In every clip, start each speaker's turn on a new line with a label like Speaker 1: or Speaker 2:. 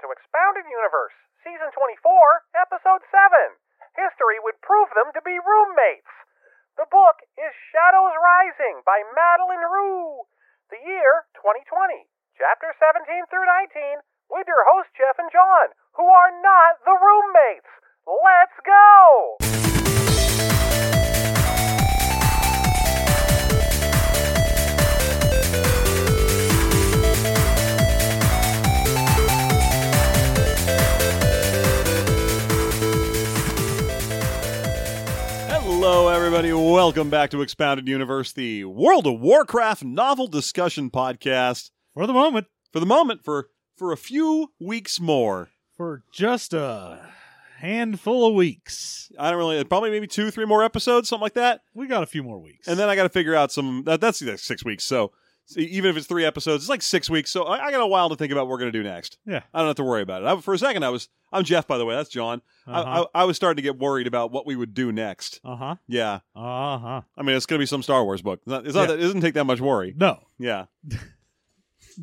Speaker 1: to Expounded Universe, Season 24, Episode 7. History would prove them to be roommates. The book is Shadows Rising by Madeline Rue. The year 2020, Chapter 17 through 19, with your host Jeff and John, who are not the roommates. Let's go!
Speaker 2: Hello, everybody. Welcome back to Expounded Universe, the World of Warcraft novel discussion podcast.
Speaker 3: for the moment
Speaker 2: For the moment, for for a few weeks more.
Speaker 3: for just a handful of weeks.
Speaker 2: I don't really, probably maybe two, three more episodes, something like that.
Speaker 3: We got a few more weeks.
Speaker 2: And then I got to figure out some. That, that's like six weeks. So see, even if it's three episodes, it's like six weeks. So I, I got a while to think about what we're gonna do next.
Speaker 3: yeah.
Speaker 2: I don't have to worry about it. I, for a second, I was. I'm Jeff, by the way. That's John.
Speaker 3: Uh-huh.
Speaker 2: I, I, I was starting to get worried about what we would do next.
Speaker 3: Uh-huh.
Speaker 2: Yeah,
Speaker 3: Uh-huh.
Speaker 2: I mean, it's gonna be some Star Wars book. It's not, it's not
Speaker 3: Yeah.
Speaker 2: that, it doesn't take that much worry.
Speaker 3: No,
Speaker 2: Yeah.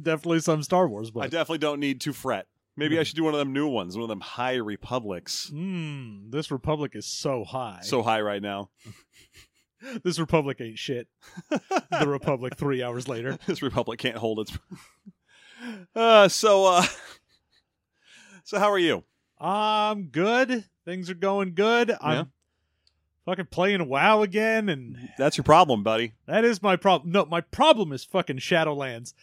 Speaker 3: definitely some Star Wars,
Speaker 2: I
Speaker 3: but Hmm.
Speaker 2: definitely don't need to fret. Maybe I should do one of them new ones, one of them high republics.
Speaker 3: mm, this republic is so high.
Speaker 2: So high right now.
Speaker 3: this republic ain't shit. the republic 3 hours later.
Speaker 2: this republic can't hold its. uh, so, uh, so how are you?
Speaker 3: I'm good. Things are going good.
Speaker 2: Yeah.
Speaker 3: I'm fucking playing WoW again and
Speaker 2: That's your problem, buddy.
Speaker 3: That is my problem. No, my problem is fucking Shadowlands.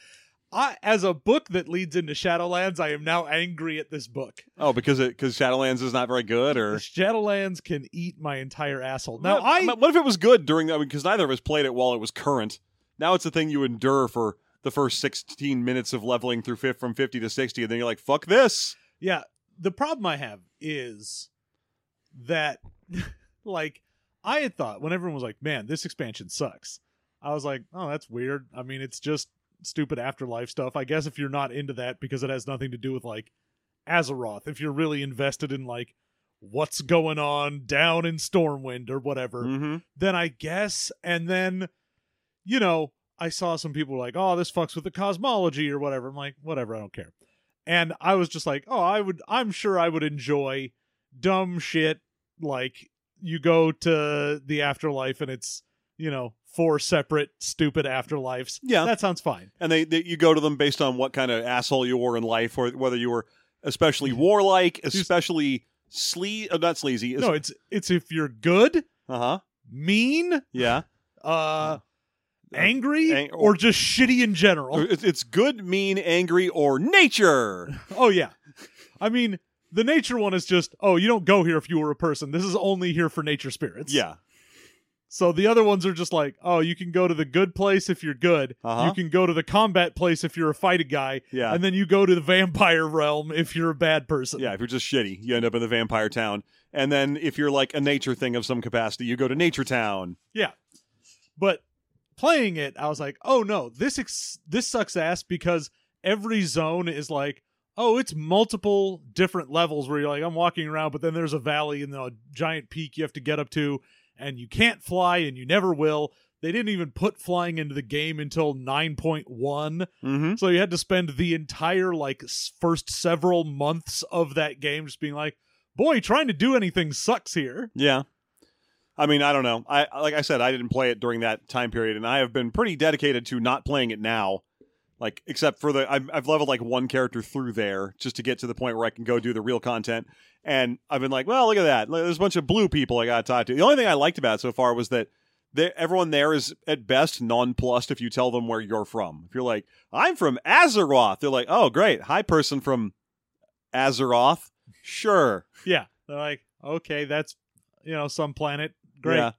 Speaker 3: I, as a book that leads into Shadowlands, I am now angry at this book.
Speaker 2: Oh, because it because Shadowlands is not very good, or
Speaker 3: Shadowlands can eat my entire asshole. Now
Speaker 2: What-
Speaker 3: I,
Speaker 2: What if it was good during that? Because neither of us played it while it was current. Now it's a thing you endure for the first sixteen minutes of leveling through fif- from fifty to sixty, and then you're like, "Fuck this."
Speaker 3: yeah, the problem I have is that, like, I had thought when everyone was like, "Man, this expansion sucks," I was like, "Oh, that's weird." I mean, it's just stupid afterlife stuff. I guess if you're not into that because it has nothing to do with like Azeroth, if you're really invested in like what's going on down in Stormwind or whatever,
Speaker 2: Mm-hmm.
Speaker 3: then I guess. And then, you know, I saw some people were like, oh, this fucks with the cosmology or whatever. I'm like, whatever, I don't care. And I was just like, oh, I would, I'm sure I would enjoy dumb shit like you go to the afterlife and it's, you know, four separate stupid afterlives.
Speaker 2: Yeah.
Speaker 3: That sounds fine.
Speaker 2: and they, they you go to them based on what kind of asshole you were in life, or whether you were especially warlike, especially slee, uh, not sleazy.
Speaker 3: no, it's, it's if you're good,
Speaker 2: Uh huh.
Speaker 3: mean,
Speaker 2: Yeah.
Speaker 3: uh, angry,
Speaker 2: ang-
Speaker 3: or just shitty in general.
Speaker 2: It's, it's good, mean, angry, or nature.
Speaker 3: Oh yeah. I mean, the nature one is just, oh, you don't go here if you were a person. This is only here for nature spirits.
Speaker 2: Yeah.
Speaker 3: So the other ones are just like, oh, you can go to the good place if you're good.
Speaker 2: Uh-huh.
Speaker 3: You can go to the combat place if you're a fighting guy.
Speaker 2: Yeah.
Speaker 3: And then you go to the vampire realm if you're a bad person.
Speaker 2: Yeah. If you're just shitty, you end up in the vampire town. And then if you're like a nature thing of some capacity, you go to nature town.
Speaker 3: Yeah. But playing it, I was like, oh no, this ex- this sucks ass because every zone is like, oh, it's multiple different levels where you're like, I'm walking around, but then there's a valley and then a giant peak you have to get up to, and you can't fly and you never will. They didn't even put flying into the game until 9.1.
Speaker 2: Mm-hmm.
Speaker 3: So you had to spend the entire, like, s- first several months of that game just being like, boy, trying to do anything sucks here.
Speaker 2: Yeah. I mean, I don't know. I like I said, I didn't play it during that time period, and I have been pretty dedicated to not playing it now. Like, except for the, I've, I've leveled like one character through there just to get to the point where I can go do the real content. And I've been like, well, look at that. Look, There's a bunch of blue people I got to talk to. The only thing I liked about it so far was that they, everyone there is at best nonplussed if you tell them where you're from. If you're like, I'm from Azeroth, they're like, oh, great. Hi, person from Azeroth. Sure.
Speaker 3: Yeah. They're like, okay, that's you know, some planet. Great.
Speaker 2: Yeah.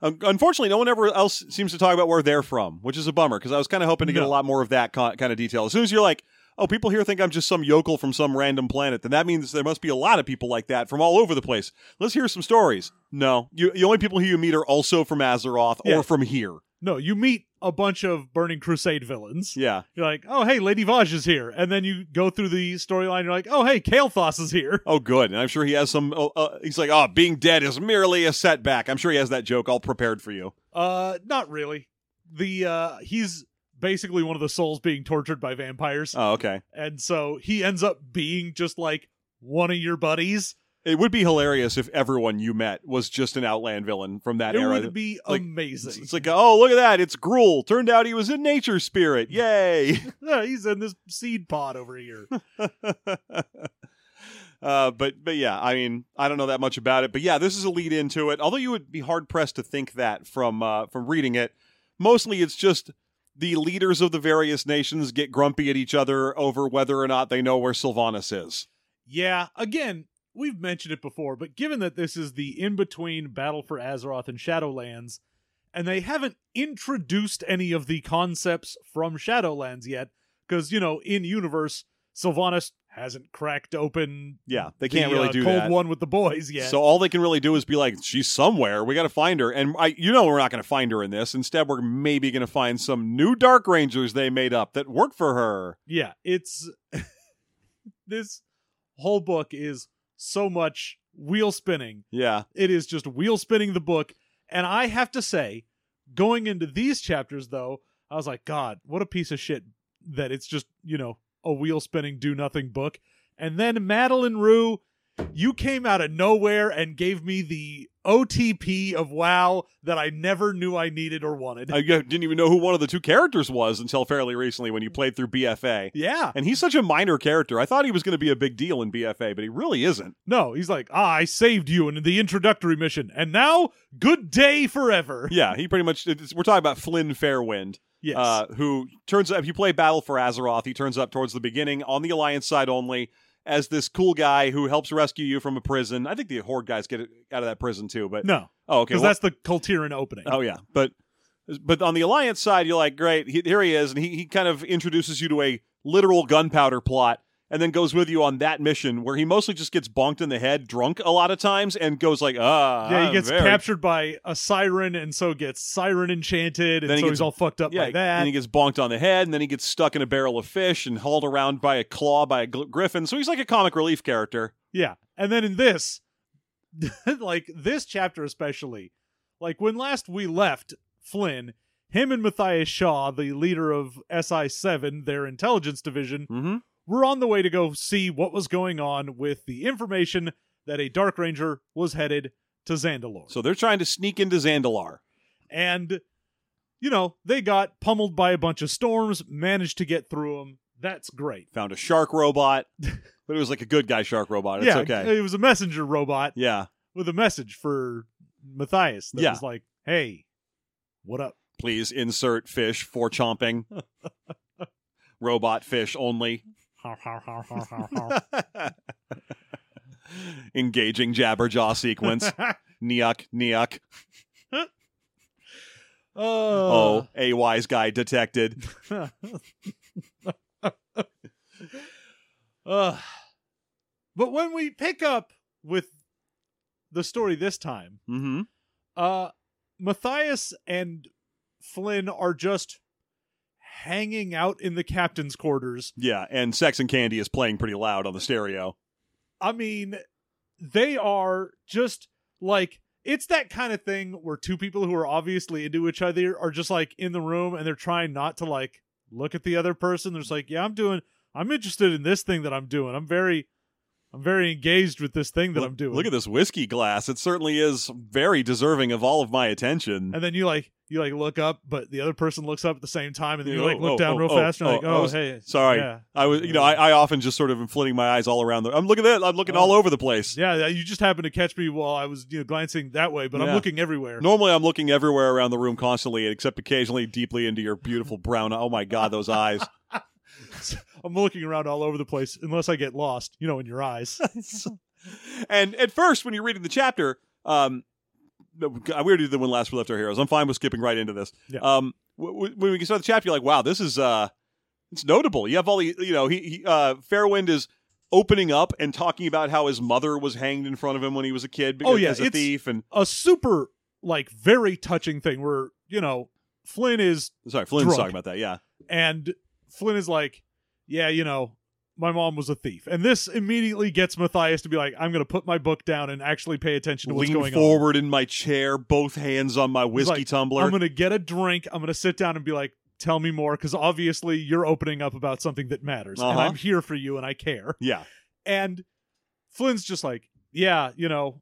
Speaker 2: Um, unfortunately, no one ever else seems to talk about where they're from, which is a bummer because I was kind of hoping to get a
Speaker 3: No.
Speaker 2: lot more of that con- kind of detail. As soon as you're like, oh, people here think I'm just some yokel from some random planet, then that means there must be a lot of people like that from all over the place. Let's hear some stories. No, you, the only people who you meet are also from Azeroth
Speaker 3: Yeah.
Speaker 2: or from here.
Speaker 3: No, you meet a bunch of Burning Crusade villains.
Speaker 2: Yeah.
Speaker 3: You're like, oh hey, Lady Vaj is here. And then you go through the storyline, you're like, oh hey, Kael'thas is here.
Speaker 2: Oh, good. And I'm sure he has some. Uh, uh, he's like, oh, being dead is merely a setback. I'm sure he has that joke all prepared for you.
Speaker 3: Uh not really. The uh he's basically one of the souls being tortured by vampires.
Speaker 2: Oh, okay.
Speaker 3: and so he ends up being just like one of your buddies.
Speaker 2: It would be hilarious if everyone you met was just an Outland villain from that
Speaker 3: it
Speaker 2: era.
Speaker 3: would be
Speaker 2: like, It's,
Speaker 3: amazing.
Speaker 2: it's like, oh, look at that. It's Gruel. Turned out he was a nature spirit. Yay.
Speaker 3: Yeah, he's in this seed pod over here.
Speaker 2: Uh, but but yeah, I mean, I don't know that much about it, but yeah, this is a lead into it. Although you would be hard pressed to think that from uh, from reading it. Mostly, it's just the leaders of the various nations get grumpy at each other over whether or not they know where Sylvanas is.
Speaker 3: yeah, again, we've mentioned it before, but given that this is the in between battle for Azeroth and Shadowlands, and they haven't introduced any of the concepts from Shadowlands yet, because you know, in universe, Sylvanas hasn't cracked open.
Speaker 2: Yeah, they can't
Speaker 3: the,
Speaker 2: really
Speaker 3: uh,
Speaker 2: do
Speaker 3: cold
Speaker 2: that.
Speaker 3: one with the boys yet.
Speaker 2: So all they can really do is be like, she's somewhere. We got to find her, and I, you know, we're not going to find her in this. Instead, we're maybe going to find some new Dark Rangers they made up that work for her.
Speaker 3: yeah it's this whole book is so much wheel spinning
Speaker 2: Yeah,
Speaker 3: it is just wheel spinning the book and i have to say going into these chapters though i was like god what a piece of shit that it's just you know a wheel spinning do nothing book and then madeline rue you came out of nowhere and gave me the otp of wow that i never knew i needed or wanted
Speaker 2: I didn't even know who one of the two characters was until fairly recently when you played through BFA.
Speaker 3: yeah
Speaker 2: And he's such a minor character. I thought he was going to be a big deal in BFA, but he really isn't.
Speaker 3: No, he's like, ah, I saved you in the introductory mission, and now good day forever.
Speaker 2: Yeah, he pretty much. It's, we're talking about Flynn Fairwind,
Speaker 3: Yes,
Speaker 2: uh, who turns up. If you play Battle for Azeroth, he turns up towards the beginning on the Alliance side only as this cool guy who helps rescue you from a prison. I think the Horde guys get out of that prison too. But
Speaker 3: no,
Speaker 2: oh, okay,
Speaker 3: because
Speaker 2: well-
Speaker 3: that's the Coltiran opening.
Speaker 2: Oh yeah, but but on the alliance side, you're like, great, he, here he is, and he he kind of introduces you to a literal gunpowder plot, and then goes with you on that mission where he mostly just gets bonked in the head, drunk a lot of times, and goes like, ah,
Speaker 3: yeah,
Speaker 2: I'm
Speaker 3: he gets
Speaker 2: very-
Speaker 3: captured by a siren, and so gets siren enchanted, and
Speaker 2: Then he
Speaker 3: so
Speaker 2: gets-
Speaker 3: he's all fucked up
Speaker 2: Yeah,
Speaker 3: by that.
Speaker 2: and he gets bonked on the head, and then he gets stuck in a barrel of fish and hauled around by a claw by a gl- griffin. So he's like a comic relief character.
Speaker 3: yeah, and then in this, like this chapter especially, like when last we left Flynn, him and Matthias Shaw, the leader of SI Seven, their intelligence division,
Speaker 2: Mm-hmm.
Speaker 3: we're on the way to go see what was going on with the information that a Dark Ranger was headed to Zandalore.
Speaker 2: So they're trying to sneak into Zandalar.
Speaker 3: and, you know, they got pummeled by a bunch of storms, managed to get through them. That's great.
Speaker 2: Found a shark robot, but it was like a good guy shark robot. It's
Speaker 3: yeah,
Speaker 2: okay.
Speaker 3: it was a messenger robot
Speaker 2: Yeah,
Speaker 3: with a message for Matthias that
Speaker 2: Yeah.
Speaker 3: was like, hey, what up?
Speaker 2: please insert fish for chomping. Robot fish only. Engaging jabberjaw sequence. Neok,
Speaker 3: Uh.
Speaker 2: neok.
Speaker 3: oh.
Speaker 2: Oh, a wise guy detected.
Speaker 3: Ugh. but when we pick up with the story this time,
Speaker 2: Mm-hmm.
Speaker 3: uh, Matthias and Flynn are just hanging out in the captain's quarters.
Speaker 2: Yeah, and Sex and Candy is playing pretty loud on the stereo.
Speaker 3: I mean, they are just like it's that kind of thing where two people who are obviously into each other are just like in the room and they're trying not to like look at the other person. They're just like, yeah, I'm doing, I'm interested in this thing that I'm doing. I'm very, I'm very engaged with this thing that
Speaker 2: look,
Speaker 3: I'm doing.
Speaker 2: Look at this whiskey glass. It certainly is very deserving of all of my attention.
Speaker 3: And then you like, you like look up, but the other person looks up at the same time, and then you
Speaker 2: Yeah,
Speaker 3: like
Speaker 2: oh,
Speaker 3: look
Speaker 2: oh,
Speaker 3: down
Speaker 2: oh,
Speaker 3: real
Speaker 2: oh,
Speaker 3: fast. and
Speaker 2: oh,
Speaker 3: you're like,
Speaker 2: I
Speaker 3: oh,
Speaker 2: was-
Speaker 3: hey,
Speaker 2: Sorry.
Speaker 3: yeah,
Speaker 2: I was, you know, I, I often just sort of am flitting my eyes all around. The, I'm looking at that. I'm looking
Speaker 3: Oh.
Speaker 2: all over the place.
Speaker 3: yeah, you just happened to catch me while I was you know glancing that way, but
Speaker 2: Yeah.
Speaker 3: I'm looking everywhere.
Speaker 2: Normally, I'm looking everywhere around the room constantly, except occasionally deeply into your beautiful brown. Oh my God, those eyes!
Speaker 3: I'm looking around all over the place unless I get lost, you know, in your eyes.
Speaker 2: and at first, when you're reading the chapter, um, no, we already did the one last we left our heroes. I'm fine with skipping right into this.
Speaker 3: Yeah.
Speaker 2: Um, w- w- when we can start the chapter, you're like, wow, this is uh, it's notable. You have all the, you know, he, he uh, Fairwind is opening up and talking about how his mother was hanged in front of him when he was a kid. Because,
Speaker 3: Oh, yeah,
Speaker 2: as a
Speaker 3: it's-
Speaker 2: thief and
Speaker 3: a super like very touching thing where, you know, Flynn is
Speaker 2: sorry, Flynn's
Speaker 3: Drunk.
Speaker 2: talking about that. Yeah,
Speaker 3: and Flynn is like, yeah, you know, my mom was a thief. And this immediately gets Matthias to be like, I'm going to put my book down and actually pay attention to what's
Speaker 2: lean
Speaker 3: going on.
Speaker 2: forward in my chair, both hands on my
Speaker 3: He's
Speaker 2: whiskey
Speaker 3: like,
Speaker 2: tumbler.
Speaker 3: I'm going to get a drink. I'm going to sit down and be like, tell me more because obviously you're opening up about something that matters and
Speaker 2: Uh-huh.
Speaker 3: i'm here for you and i care
Speaker 2: Yeah.
Speaker 3: and flynn's just like yeah you know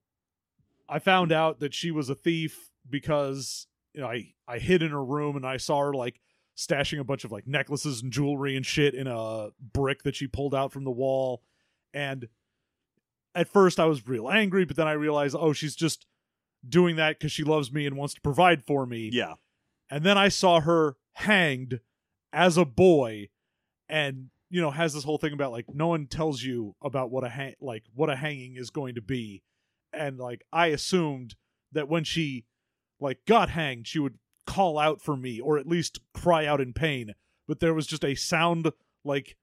Speaker 3: i found out that she was a thief because you know i i hid in her room and i saw her like stashing a bunch of like necklaces and jewelry and shit in a brick that she pulled out from the wall and at first i was real angry but then i realized oh she's just doing that because she loves me and wants to provide for me
Speaker 2: Yeah.
Speaker 3: and then I saw her hanged as a boy, and you know has this whole thing about like no one tells you about what a hang like what a hanging is going to be, and like I assumed that when she like got hanged, she would call out for me or at least cry out in pain, but there was just a sound like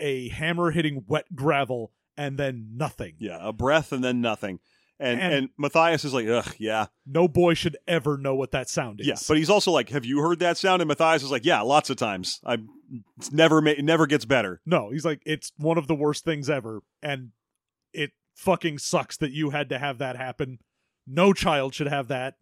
Speaker 3: a hammer hitting wet gravel and then nothing.
Speaker 2: Yeah. A breath and then nothing. And and,
Speaker 3: And-
Speaker 2: Matthias is like, ugh, yeah.
Speaker 3: No boy should ever know what that sound is.
Speaker 2: Yeah. But he's also like, have you heard that sound? And Matthias is like, yeah, lots of times. I it's never ma- it never gets better.
Speaker 3: No, he's like, it's one of the worst things ever, and it fucking sucks that you had to have that happen. No child should have that.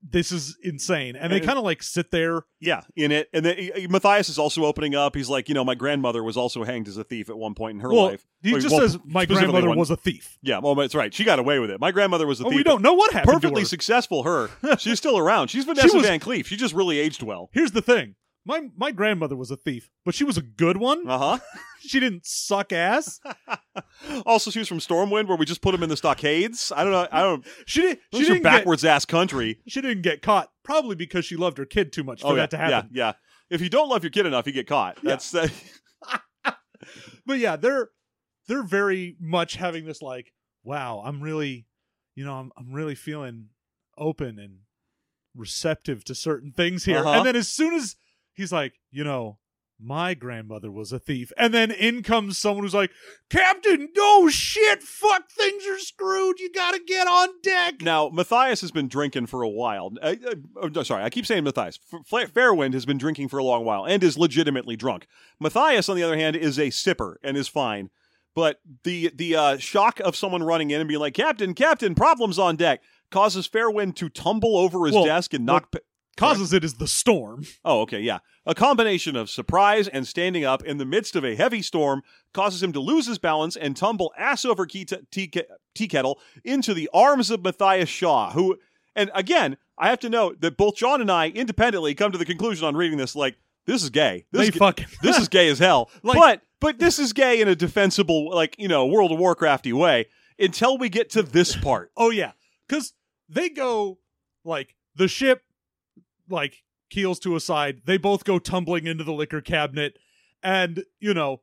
Speaker 3: This is insane. And they
Speaker 2: And-
Speaker 3: kind of like sit there.
Speaker 2: Yeah, in it. And then he- Matthias is also opening up. He's like, you know, my grandmother was also hanged as a thief at one point in her
Speaker 3: well,
Speaker 2: life.
Speaker 3: he
Speaker 2: Wait,
Speaker 3: just
Speaker 2: well,
Speaker 3: says my
Speaker 2: specifically
Speaker 3: grandmother
Speaker 2: one-
Speaker 3: was a thief.
Speaker 2: Yeah, well, that's right. She got away with it. My grandmother was a
Speaker 3: Oh,
Speaker 2: thief.
Speaker 3: we don't know what happened.
Speaker 2: perfectly
Speaker 3: To her.
Speaker 2: successful her. She's still around. She's Vanessa
Speaker 3: was-
Speaker 2: Van Cleef. She just really aged well.
Speaker 3: Here's the thing. My my grandmother was a thief, but she was a good one.
Speaker 2: Uh
Speaker 3: She didn't suck ass.
Speaker 2: huh. Also, she was from Stormwind, where we just put him in the stockades. I don't know. I don't.
Speaker 3: She didn't. She
Speaker 2: Those are
Speaker 3: didn't get.
Speaker 2: backwards ass country.
Speaker 3: She didn't get caught. Probably because she loved her kid too much for
Speaker 2: oh yeah,
Speaker 3: that to happen.
Speaker 2: yeah, yeah. If you don't love your kid enough, you get caught. That's uh,
Speaker 3: but yeah, they're they're very much having this like, wow, I'm really, you know, I'm I'm really feeling open and receptive to certain things here.
Speaker 2: Uh-huh.
Speaker 3: And then as soon as he's like, you know, my grandmother was a thief, and then in comes someone who's like, Captain, no shit, fuck, things are screwed. You gotta get on deck.
Speaker 2: now Matthias has been drinking for a while. Uh, uh, oh, no, sorry, I keep saying Matthias. F- Fla- Fairwind has been drinking for a long while and is legitimately drunk. Matthias, on the other hand, is a sipper and is fine. But the the uh, shock of someone running in and being like, "Captain, Captain, problems on deck," causes Fairwind to tumble over his
Speaker 3: Well,
Speaker 2: desk and knock. pa-
Speaker 3: Causes it is the storm.
Speaker 2: Oh, okay, yeah. A combination of surprise and standing up in the midst of a heavy storm causes him to lose his balance and tumble ass over key t- tea, ke- tea kettle into the arms of Matthias Shaw, who, and again, I have to note that both John and I independently come to the conclusion on reading this like, this is gay. This,
Speaker 3: They
Speaker 2: is, ga-
Speaker 3: fucking
Speaker 2: this is gay as hell.
Speaker 3: Like-
Speaker 2: but but this is gay in a defensible, like, you know, World of Warcrafty way until we get to this part.
Speaker 3: Oh yeah, because they go like the ship, like keels to a side. They both go tumbling into the liquor cabinet, and you know,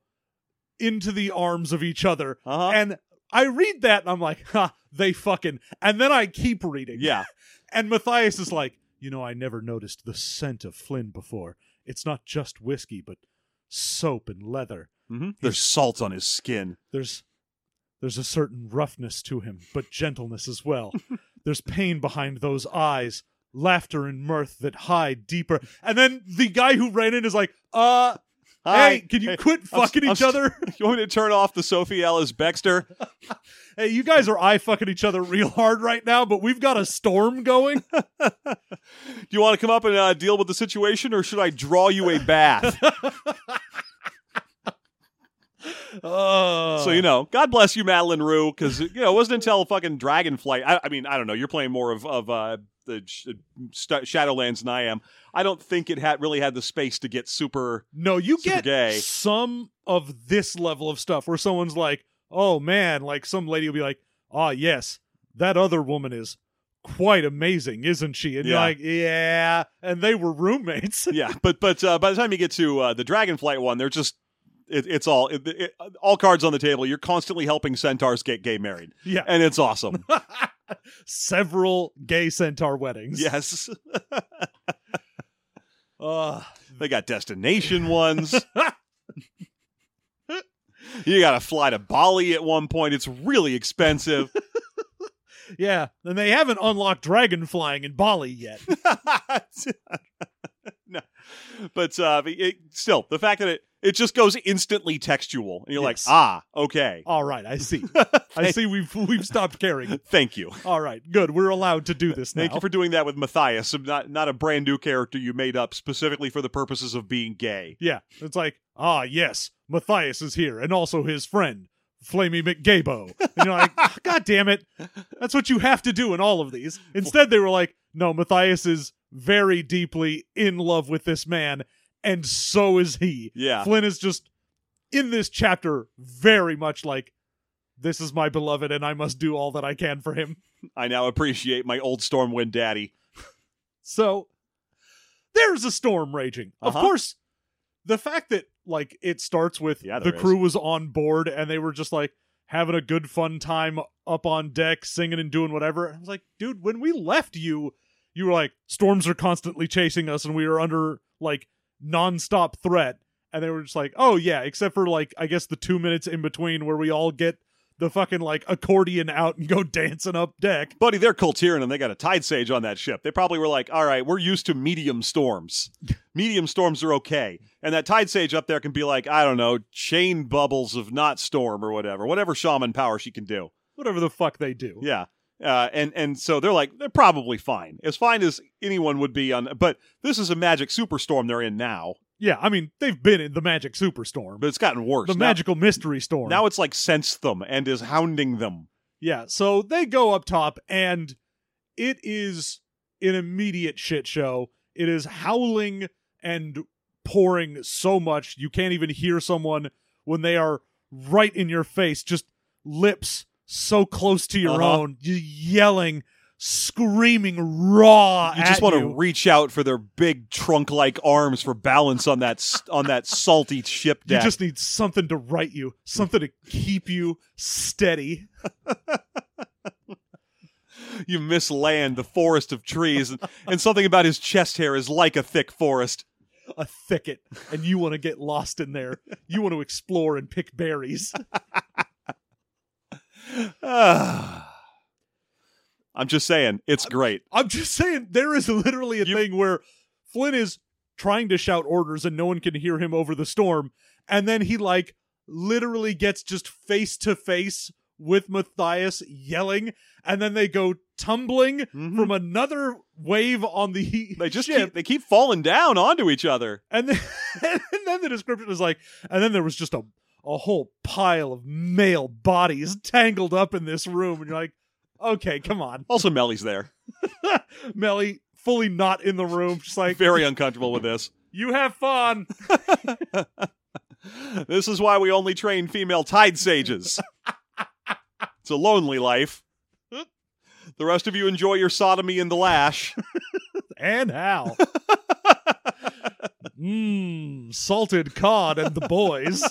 Speaker 3: into the arms of each other.
Speaker 2: Uh-huh.
Speaker 3: And I read that, and I'm like, ha, they fucking. And then I keep reading.
Speaker 2: yeah.
Speaker 3: And Matthias is like, you know, I never noticed the scent of Flynn before. It's not just whiskey, but soap and leather.
Speaker 2: hmm There's salt on his skin.
Speaker 3: There's there's a certain roughness to him, but gentleness as well. there's pain behind those eyes, laughter and mirth that hide deeper. And then the guy who ran in is like, "Uh, hey, can you quit fucking
Speaker 2: I'm
Speaker 3: each
Speaker 2: st-
Speaker 3: other?
Speaker 2: You want me to turn off the Sophie Ellis Bextor?
Speaker 3: hey, you guys are eye fucking each other real hard right now, but we've got a storm going."
Speaker 2: Do you want to come up and uh, deal with the situation, or should I draw you a bath?
Speaker 3: Oh.
Speaker 2: so you know, God bless you, Madeline Rue, because you know it wasn't until fucking Dragonflight. I, I mean, I don't know. You're playing more of of uh, the sh- st- Shadowlands than I am. I don't think it had really had the space to get super.
Speaker 3: No, you
Speaker 2: Super
Speaker 3: get
Speaker 2: gay.
Speaker 3: some of this level of stuff where someone's like, "Oh man," like some lady will be like, "Ah, yes, that other woman is quite amazing, isn't she?" And you're
Speaker 2: Yeah.
Speaker 3: like, "Yeah," and they were roommates.
Speaker 2: Yeah, but but uh, by the time you get to uh, the Dragonflight one, they're just. It, it's all it, it, all cards on the table. You're constantly helping centaurs get gay married,
Speaker 3: yeah,
Speaker 2: and it's awesome.
Speaker 3: several gay centaur weddings.
Speaker 2: yes,
Speaker 3: Ugh.
Speaker 2: They got destination ones. you got to fly to Bali at one point. It's really expensive.
Speaker 3: yeah. And they haven't unlocked dragon flying in Bali yet.
Speaker 2: no. But uh but it, still the fact that it It just goes instantly textual, and you're
Speaker 3: Yes.
Speaker 2: like, ah, okay,
Speaker 3: All right, I see. I see we've we've stopped caring.
Speaker 2: thank you,
Speaker 3: All right, good. We're allowed to do this now.
Speaker 2: thank you for doing that with Matthias. I'm Not not a brand new character you made up specifically for the purposes of being gay.
Speaker 3: yeah, it's like, ah, yes, Matthias is here, and also his friend, Flamey McGabo. And you're like, "Ah, God damn it. That's what you have to do in all of these. Instead, they were like, no, Matthias is very deeply in love with this man, and so is he.
Speaker 2: Yeah,
Speaker 3: Flynn is just in this chapter very much like, this is my beloved, and I must do all that I can for him.
Speaker 2: I now appreciate my old Stormwind daddy.
Speaker 3: So there's a storm raging. Of
Speaker 2: Uh-huh.
Speaker 3: course, the fact that like it starts with
Speaker 2: Yeah,
Speaker 3: the
Speaker 2: there is.
Speaker 3: crew was on board and they were just like having a good fun time up on deck singing and doing whatever. I was like, dude, when we left you, you were like storms are constantly chasing us and we are under like nonstop threat. And they were just like, oh yeah, except for like I guess the two minutes in between where we all get the fucking like accordion out and go dancing up deck.
Speaker 2: Buddy, they're Coltirian and they got a tide sage on that ship. They probably were like, all right, we're used to medium storms. medium storms are okay. And that tide sage up there can be like, I don't know, chain bubbles of not storm or whatever, whatever shaman power she can do.
Speaker 3: Whatever the fuck they do.
Speaker 2: Yeah. Uh, and and so they're like they're probably fine as fine as anyone would be on but this is a magic superstorm they're in now
Speaker 3: Yeah, I mean they've been in the magic superstorm,
Speaker 2: but it's gotten worse
Speaker 3: the
Speaker 2: Now-
Speaker 3: magical mystery storm.
Speaker 2: now it's like sensed them and is hounding them
Speaker 3: yeah, so they go up top, and it is an immediate shit show. It is howling and pouring so much you can't even hear someone when they are right in your face, just lips so close to your
Speaker 2: Uh-huh.
Speaker 3: own, just yelling, screaming raw.
Speaker 2: uh, you just
Speaker 3: at
Speaker 2: want to
Speaker 3: you.
Speaker 2: reach out for their big trunk-like arms for balance on that s- on that salty ship
Speaker 3: You
Speaker 2: deck.
Speaker 3: just need something to write you, something to keep you steady.
Speaker 2: You miss land, the forest of trees, and, and something about his chest hair is like a thick forest.
Speaker 3: a thicket and you want to get lost in there. You want to explore and pick berries.
Speaker 2: Ah. I'm just saying, it's great.
Speaker 3: I'm just saying, there is literally a
Speaker 2: You-
Speaker 3: thing where Flynn is trying to shout orders and no one can hear him over the storm. And then he, like, literally gets just face to face with Matthias yelling. And then they go tumbling from another wave on the
Speaker 2: Mm-hmm. They just
Speaker 3: ship.
Speaker 2: keep, they keep falling down onto each other.
Speaker 3: And then, and then the description is like, and then there was just a, a whole pile of male bodies tangled up in this room. And you're like, okay, come on.
Speaker 2: Also, Melly's there,
Speaker 3: Melly, fully not in the room, just like,
Speaker 2: very uncomfortable with this.
Speaker 3: you have fun.
Speaker 2: This is why we only train female tide sages. it's a lonely life. The rest of you enjoy your sodomy in the lash.
Speaker 3: And how? Mmm, salted cod and the boys.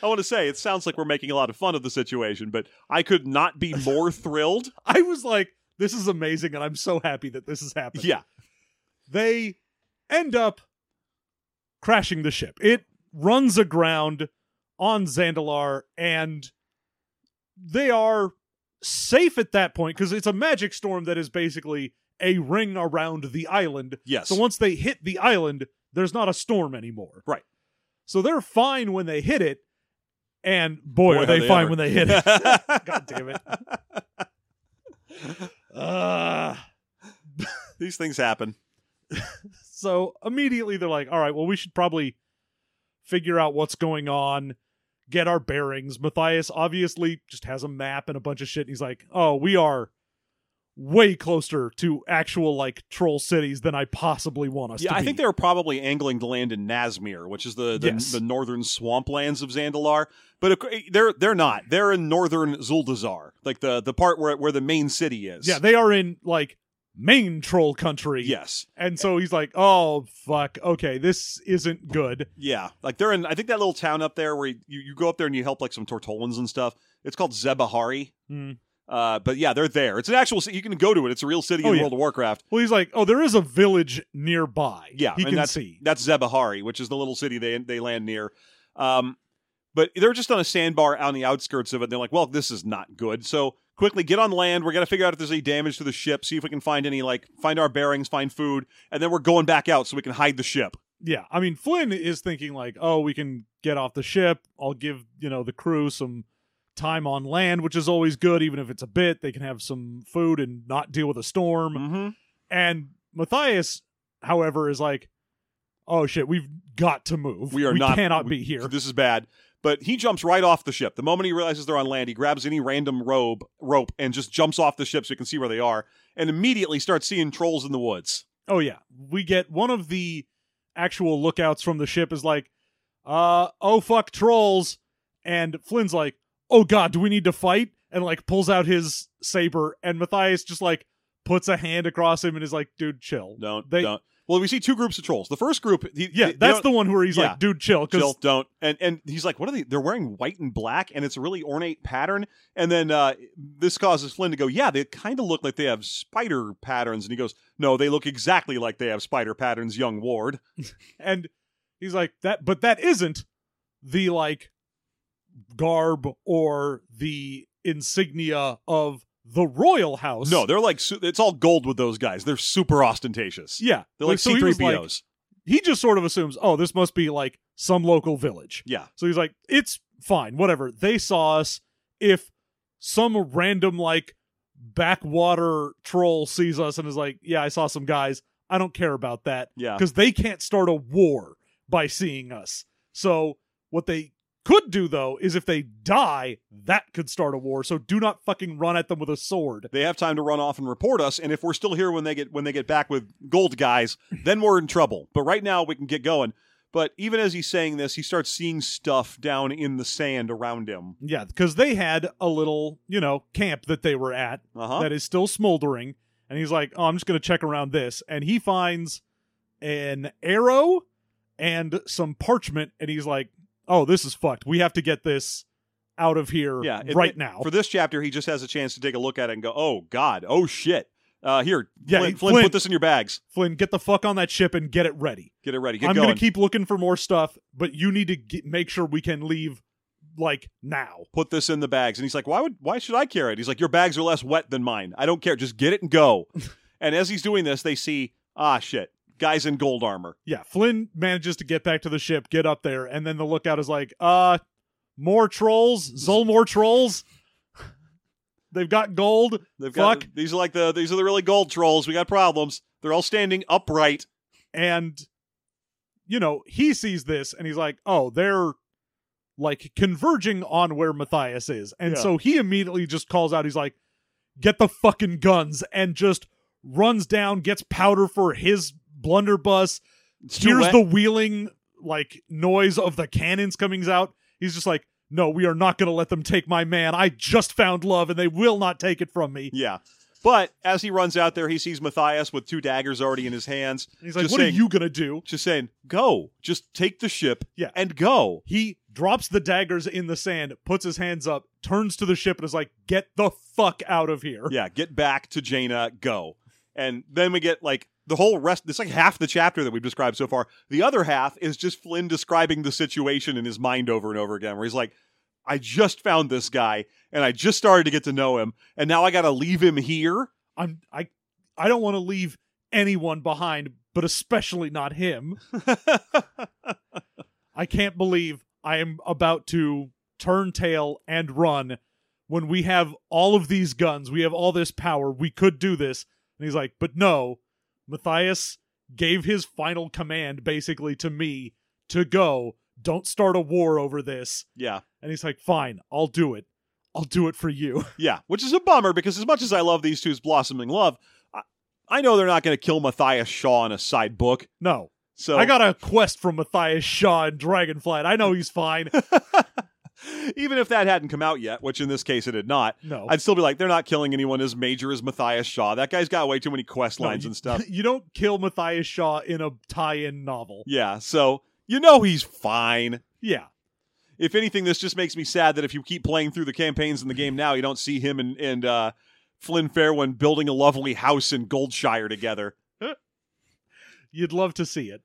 Speaker 2: I want to say it sounds like we're making a lot of fun of the situation, but I could not be more thrilled.
Speaker 3: I was like, this is amazing. And I'm so happy that this is happening.
Speaker 2: Yeah.
Speaker 3: they end up crashing the ship. It runs aground on Zandalar, and they are safe at that point because it's a magic storm that is basically a ring around the island.
Speaker 2: Yes.
Speaker 3: So once they hit the island, there's not a storm anymore.
Speaker 2: Right.
Speaker 3: So they're fine when they hit it, and boy,
Speaker 2: Boy,
Speaker 3: are they,
Speaker 2: they
Speaker 3: fine
Speaker 2: ever.
Speaker 3: when they hit it. God damn it. Ah.
Speaker 2: These things happen.
Speaker 3: So immediately they're like, all right, well, we should probably figure out what's going on, get our bearings. Matthias obviously just has a map and a bunch of shit. And he's like, oh, we are way closer to actual like troll cities than I possibly want us
Speaker 2: Yeah,
Speaker 3: to
Speaker 2: I
Speaker 3: be.
Speaker 2: think they were probably angling to land in Nazmir, which is the the,
Speaker 3: Yes.
Speaker 2: the northern swamplands of Zandalar. But of cour- they're they're not. They're in northern Zuldazar, like the the part where where the main city is.
Speaker 3: yeah, they are in like main troll country.
Speaker 2: yes.
Speaker 3: And so he's like, oh, fuck. Okay, this isn't good.
Speaker 2: Yeah, like they're in. I think that little town up there where you, you go up there and you help like some Tortolans and stuff. It's called Zebahari.
Speaker 3: Hmm.
Speaker 2: Uh, but yeah, they're there. It's an actual. ci- You can go to it. It's a real city
Speaker 3: Oh,
Speaker 2: in
Speaker 3: yeah.
Speaker 2: World of Warcraft.
Speaker 3: Well, he's like, oh, there is a village nearby.
Speaker 2: Yeah,
Speaker 3: He
Speaker 2: and
Speaker 3: can
Speaker 2: that's,
Speaker 3: see.
Speaker 2: That's Zebahari, which is the little city they they land near. Um, but they're just on a sandbar on the outskirts of it. And they're like, well, this is not good. So quickly get on land. We're gonna figure out if there's any damage to the ship. See if we can find any like find our bearings, find food, and then we're going back out so we can hide the ship.
Speaker 3: yeah i mean flynn is thinking like oh we can get off the ship i'll give you know the crew some time on land which is always good even if it's a bit they can have some food and not deal with a storm
Speaker 2: Mm-hmm.
Speaker 3: and matthias however is like oh shit we've got to move
Speaker 2: We are not-
Speaker 3: cannot
Speaker 2: we-
Speaker 3: be here
Speaker 2: This is bad. But he jumps right off the ship. The moment he realizes they're on land, he grabs any random robe rope and just jumps off the ship so you can see where they are, and immediately starts seeing trolls in the woods.
Speaker 3: oh yeah we get one of the actual lookouts from the ship is like uh oh fuck trolls and flynn's like oh god do we need to fight and like pulls out his saber and matthias just like puts a hand across him and is like dude chill
Speaker 2: Don't
Speaker 3: They-
Speaker 2: don't. Well, we see two groups of trolls. The first group, he,
Speaker 3: yeah
Speaker 2: they- they
Speaker 3: that's
Speaker 2: don't-
Speaker 3: the one where he's
Speaker 2: yeah.
Speaker 3: like dude chill because
Speaker 2: Jill, don't. And and he's like, what are they? They're wearing white and black, and it's a really ornate pattern. And then uh, this causes Flynn to go, yeah, they kind of look like they have spider patterns. And he goes, no, they look exactly like they have spider patterns, young Ward.
Speaker 3: and he's like that but that isn't the like garb or the insignia of the royal house
Speaker 2: No, they're like, su- it's all gold with those guys. They're super ostentatious.
Speaker 3: yeah
Speaker 2: They're like
Speaker 3: so
Speaker 2: C
Speaker 3: he
Speaker 2: three
Speaker 3: was like-
Speaker 2: POs.
Speaker 3: he just sort of assumes, oh, this must be like some local village.
Speaker 2: Yeah,
Speaker 3: So he's like, it's fine, whatever. They saw us. If some random like backwater troll sees us and is like, yeah, I saw some guys, I don't care about that
Speaker 2: yeah.
Speaker 3: because they can't start a war by seeing us. So what they could do though is if they die, that could start a war. So do not fucking run at them with a sword.
Speaker 2: They have time to run off and report us, and if we're still here when they get when they get back with gold guys, then we're in trouble. But right now we can get going. But even as he's saying this, he starts seeing stuff down in the sand around him.
Speaker 3: Yeah, because they had a little, you know, camp that they were at
Speaker 2: Uh huh.
Speaker 3: that is still smoldering. And he's like, oh, I'm just going to check around this. And he finds an arrow and some parchment. And he's like, oh, this is fucked. We have to get this out of here
Speaker 2: Yeah, it-
Speaker 3: right
Speaker 2: it-
Speaker 3: now.
Speaker 2: For this chapter, he just has a chance to take a look at it and go, "Oh God, oh shit." Uh, here,
Speaker 3: Yeah,
Speaker 2: Flynn,
Speaker 3: he-
Speaker 2: Flynn,
Speaker 3: Flynn-
Speaker 2: put this in your bags.
Speaker 3: Flynn, get the fuck on that ship and get it ready.
Speaker 2: Get it ready. Get
Speaker 3: I'm
Speaker 2: going.
Speaker 3: to keep looking for more stuff, but you need to get, make sure we can leave like now.
Speaker 2: put this in the bags. And he's like, why would why should I carry it? He's like, your bags are less wet than mine. I don't care. Just get it and go. and as he's doing this, they see, ah shit, guys in gold armor.
Speaker 3: Yeah, Flynn manages to get back to the ship, get up there, and then the lookout is like, uh, more trolls, Zolmore trolls. They've got gold.
Speaker 2: They've got
Speaker 3: Fuck.
Speaker 2: these are like the these are the really gold trolls. We got problems. They're all standing upright.
Speaker 3: and you know he sees this and he's like oh they're like converging on where matthias is and
Speaker 2: Yeah.
Speaker 3: so he immediately just calls out he's like get the fucking guns and just runs down gets powder for his blunderbuss
Speaker 2: It's too
Speaker 3: hears
Speaker 2: wet.
Speaker 3: the wheeling like noise of the cannons coming out he's just like no we are not going to let them take my man i just found love and they will not take it from me
Speaker 2: yeah. But as he runs out there, he sees Matthias with two daggers already in his hands.
Speaker 3: And he's like
Speaker 2: Just
Speaker 3: what
Speaker 2: saying-
Speaker 3: are you going to do
Speaker 2: Just saying, go. Just take the ship
Speaker 3: Yeah.
Speaker 2: and go.
Speaker 3: He drops the daggers in the sand, puts his hands up, turns to the ship, and is like, "Get the fuck out of here!"
Speaker 2: yeah, get back to Jaina, go. And then we get like the whole rest, it's like half the chapter that we've described so far. The other half is just Flynn describing the situation in his mind over and over again, where he's like, I just found this guy and I just started to get to know him, and now I got to leave him here.
Speaker 3: I'm I, I don't want to leave anyone behind, but especially not him. I can't believe I am about to turn tail and run when we have all of these guns, we have all this power, we could do this. And he's like, but no, Matthias gave his final command basically to me to go. Don't start a war over this.
Speaker 2: Yeah,
Speaker 3: And he's like, fine, I'll do it. I'll do it for you.
Speaker 2: yeah, which is a bummer because as much as I love these two's blossoming love, I, I know they're not going to kill Matthias Shaw in a side book.
Speaker 3: No.
Speaker 2: So
Speaker 3: I got a quest from Matthias Shaw in Dragonflight. I know he's fine.
Speaker 2: even if that hadn't come out yet, which in this case it had not,
Speaker 3: No.
Speaker 2: I'd still be like, they're not killing anyone as major as Matthias Shaw. That guy's got way too many quest
Speaker 3: No,
Speaker 2: lines
Speaker 3: you-
Speaker 2: and stuff.
Speaker 3: You don't kill Matthias Shaw in a tie in novel.
Speaker 2: yeah, so you know he's fine.
Speaker 3: Yeah.
Speaker 2: If anything, this just makes me sad that if you keep playing through the campaigns in the game now, you don't see him and, and uh, Flynn Fairwind building a lovely house in Goldshire together.
Speaker 3: You'd love to see it.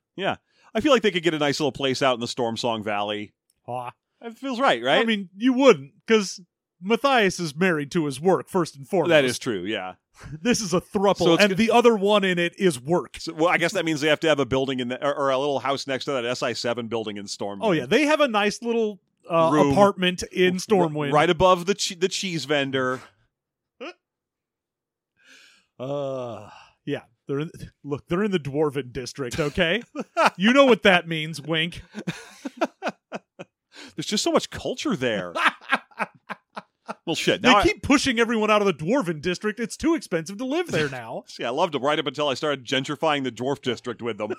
Speaker 2: I feel like they could get a nice little place out in the Storm Song Valley.
Speaker 3: Ah.
Speaker 2: It feels right, right?
Speaker 3: I mean, you wouldn't, because Matthias is married to his work, first and foremost.
Speaker 2: that is true, yeah.
Speaker 3: this is a thruple,
Speaker 2: So it's
Speaker 3: and the other one in it is work.
Speaker 2: So, well, I guess that means they have to have a building in the, or, or a little house next to that SI7 building in Stormwind.
Speaker 3: Oh yeah, they have a nice little uh,
Speaker 2: Room.
Speaker 3: apartment in Stormwind.
Speaker 2: R- right above the che- the cheese vendor.
Speaker 3: Uh, yeah. They're in, look. They're in the dwarven district. Okay, you know what that means. Wink.
Speaker 2: There's just so much culture there. well, shit.
Speaker 3: They
Speaker 2: Now I,
Speaker 3: keep pushing everyone out of the dwarven district. It's too expensive to live there now.
Speaker 2: see, I loved them right up until I started gentrifying the dwarf district with them.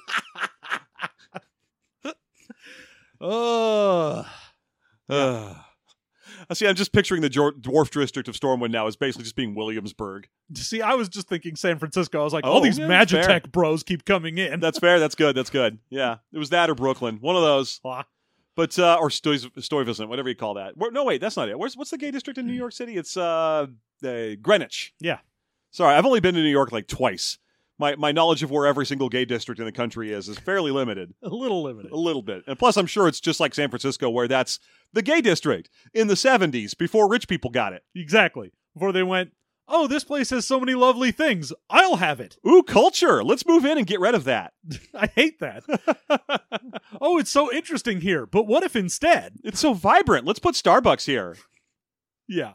Speaker 3: Ugh.
Speaker 2: Ugh. I see. I'm just picturing the dwar- dwarf district of Stormwind now as basically just being Williamsburg.
Speaker 3: See, I was just thinking San Francisco. I was like,
Speaker 2: Oh,
Speaker 3: all these
Speaker 2: yeah,
Speaker 3: Magitech
Speaker 2: fair.
Speaker 3: bros keep coming in.
Speaker 2: That's fair. That's good. That's good. Yeah, it was that or Brooklyn, one of those.
Speaker 3: Ah.
Speaker 2: But uh, or Stoy- Stuyvesant, whatever you call that. Where- no, wait, that's not it. Where's what's the gay district in New York City? It's uh, uh Greenwich.
Speaker 3: Yeah.
Speaker 2: Sorry, I've only been to New York like twice. My my knowledge of where every single gay district in the country is is fairly limited,
Speaker 3: a little limited.
Speaker 2: a little bit. And plus, I'm sure it's just like San Francisco, where that's the gay district in the '70s before rich people got it.
Speaker 3: Exactly. Before they went, oh, this place has so many lovely things. I'll have it.
Speaker 2: Ooh, culture. Let's move in and get rid of that.
Speaker 3: I hate that. oh, it's so interesting here. But what if instead?
Speaker 2: It's so vibrant. Let's put Starbucks here.
Speaker 3: Yeah.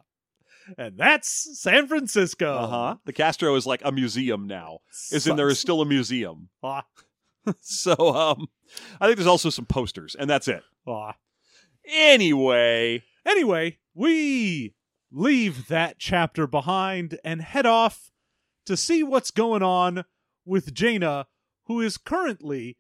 Speaker 3: And that's San Francisco.
Speaker 2: Uh huh. The Castro is like a museum now. is in there is still a museum.
Speaker 3: Ah.
Speaker 2: so um I think there's also some posters and that's it.
Speaker 3: Ah.
Speaker 2: Anyway,
Speaker 3: Anyway, we leave that chapter behind and head off to see what's going on with Jaina, who is currently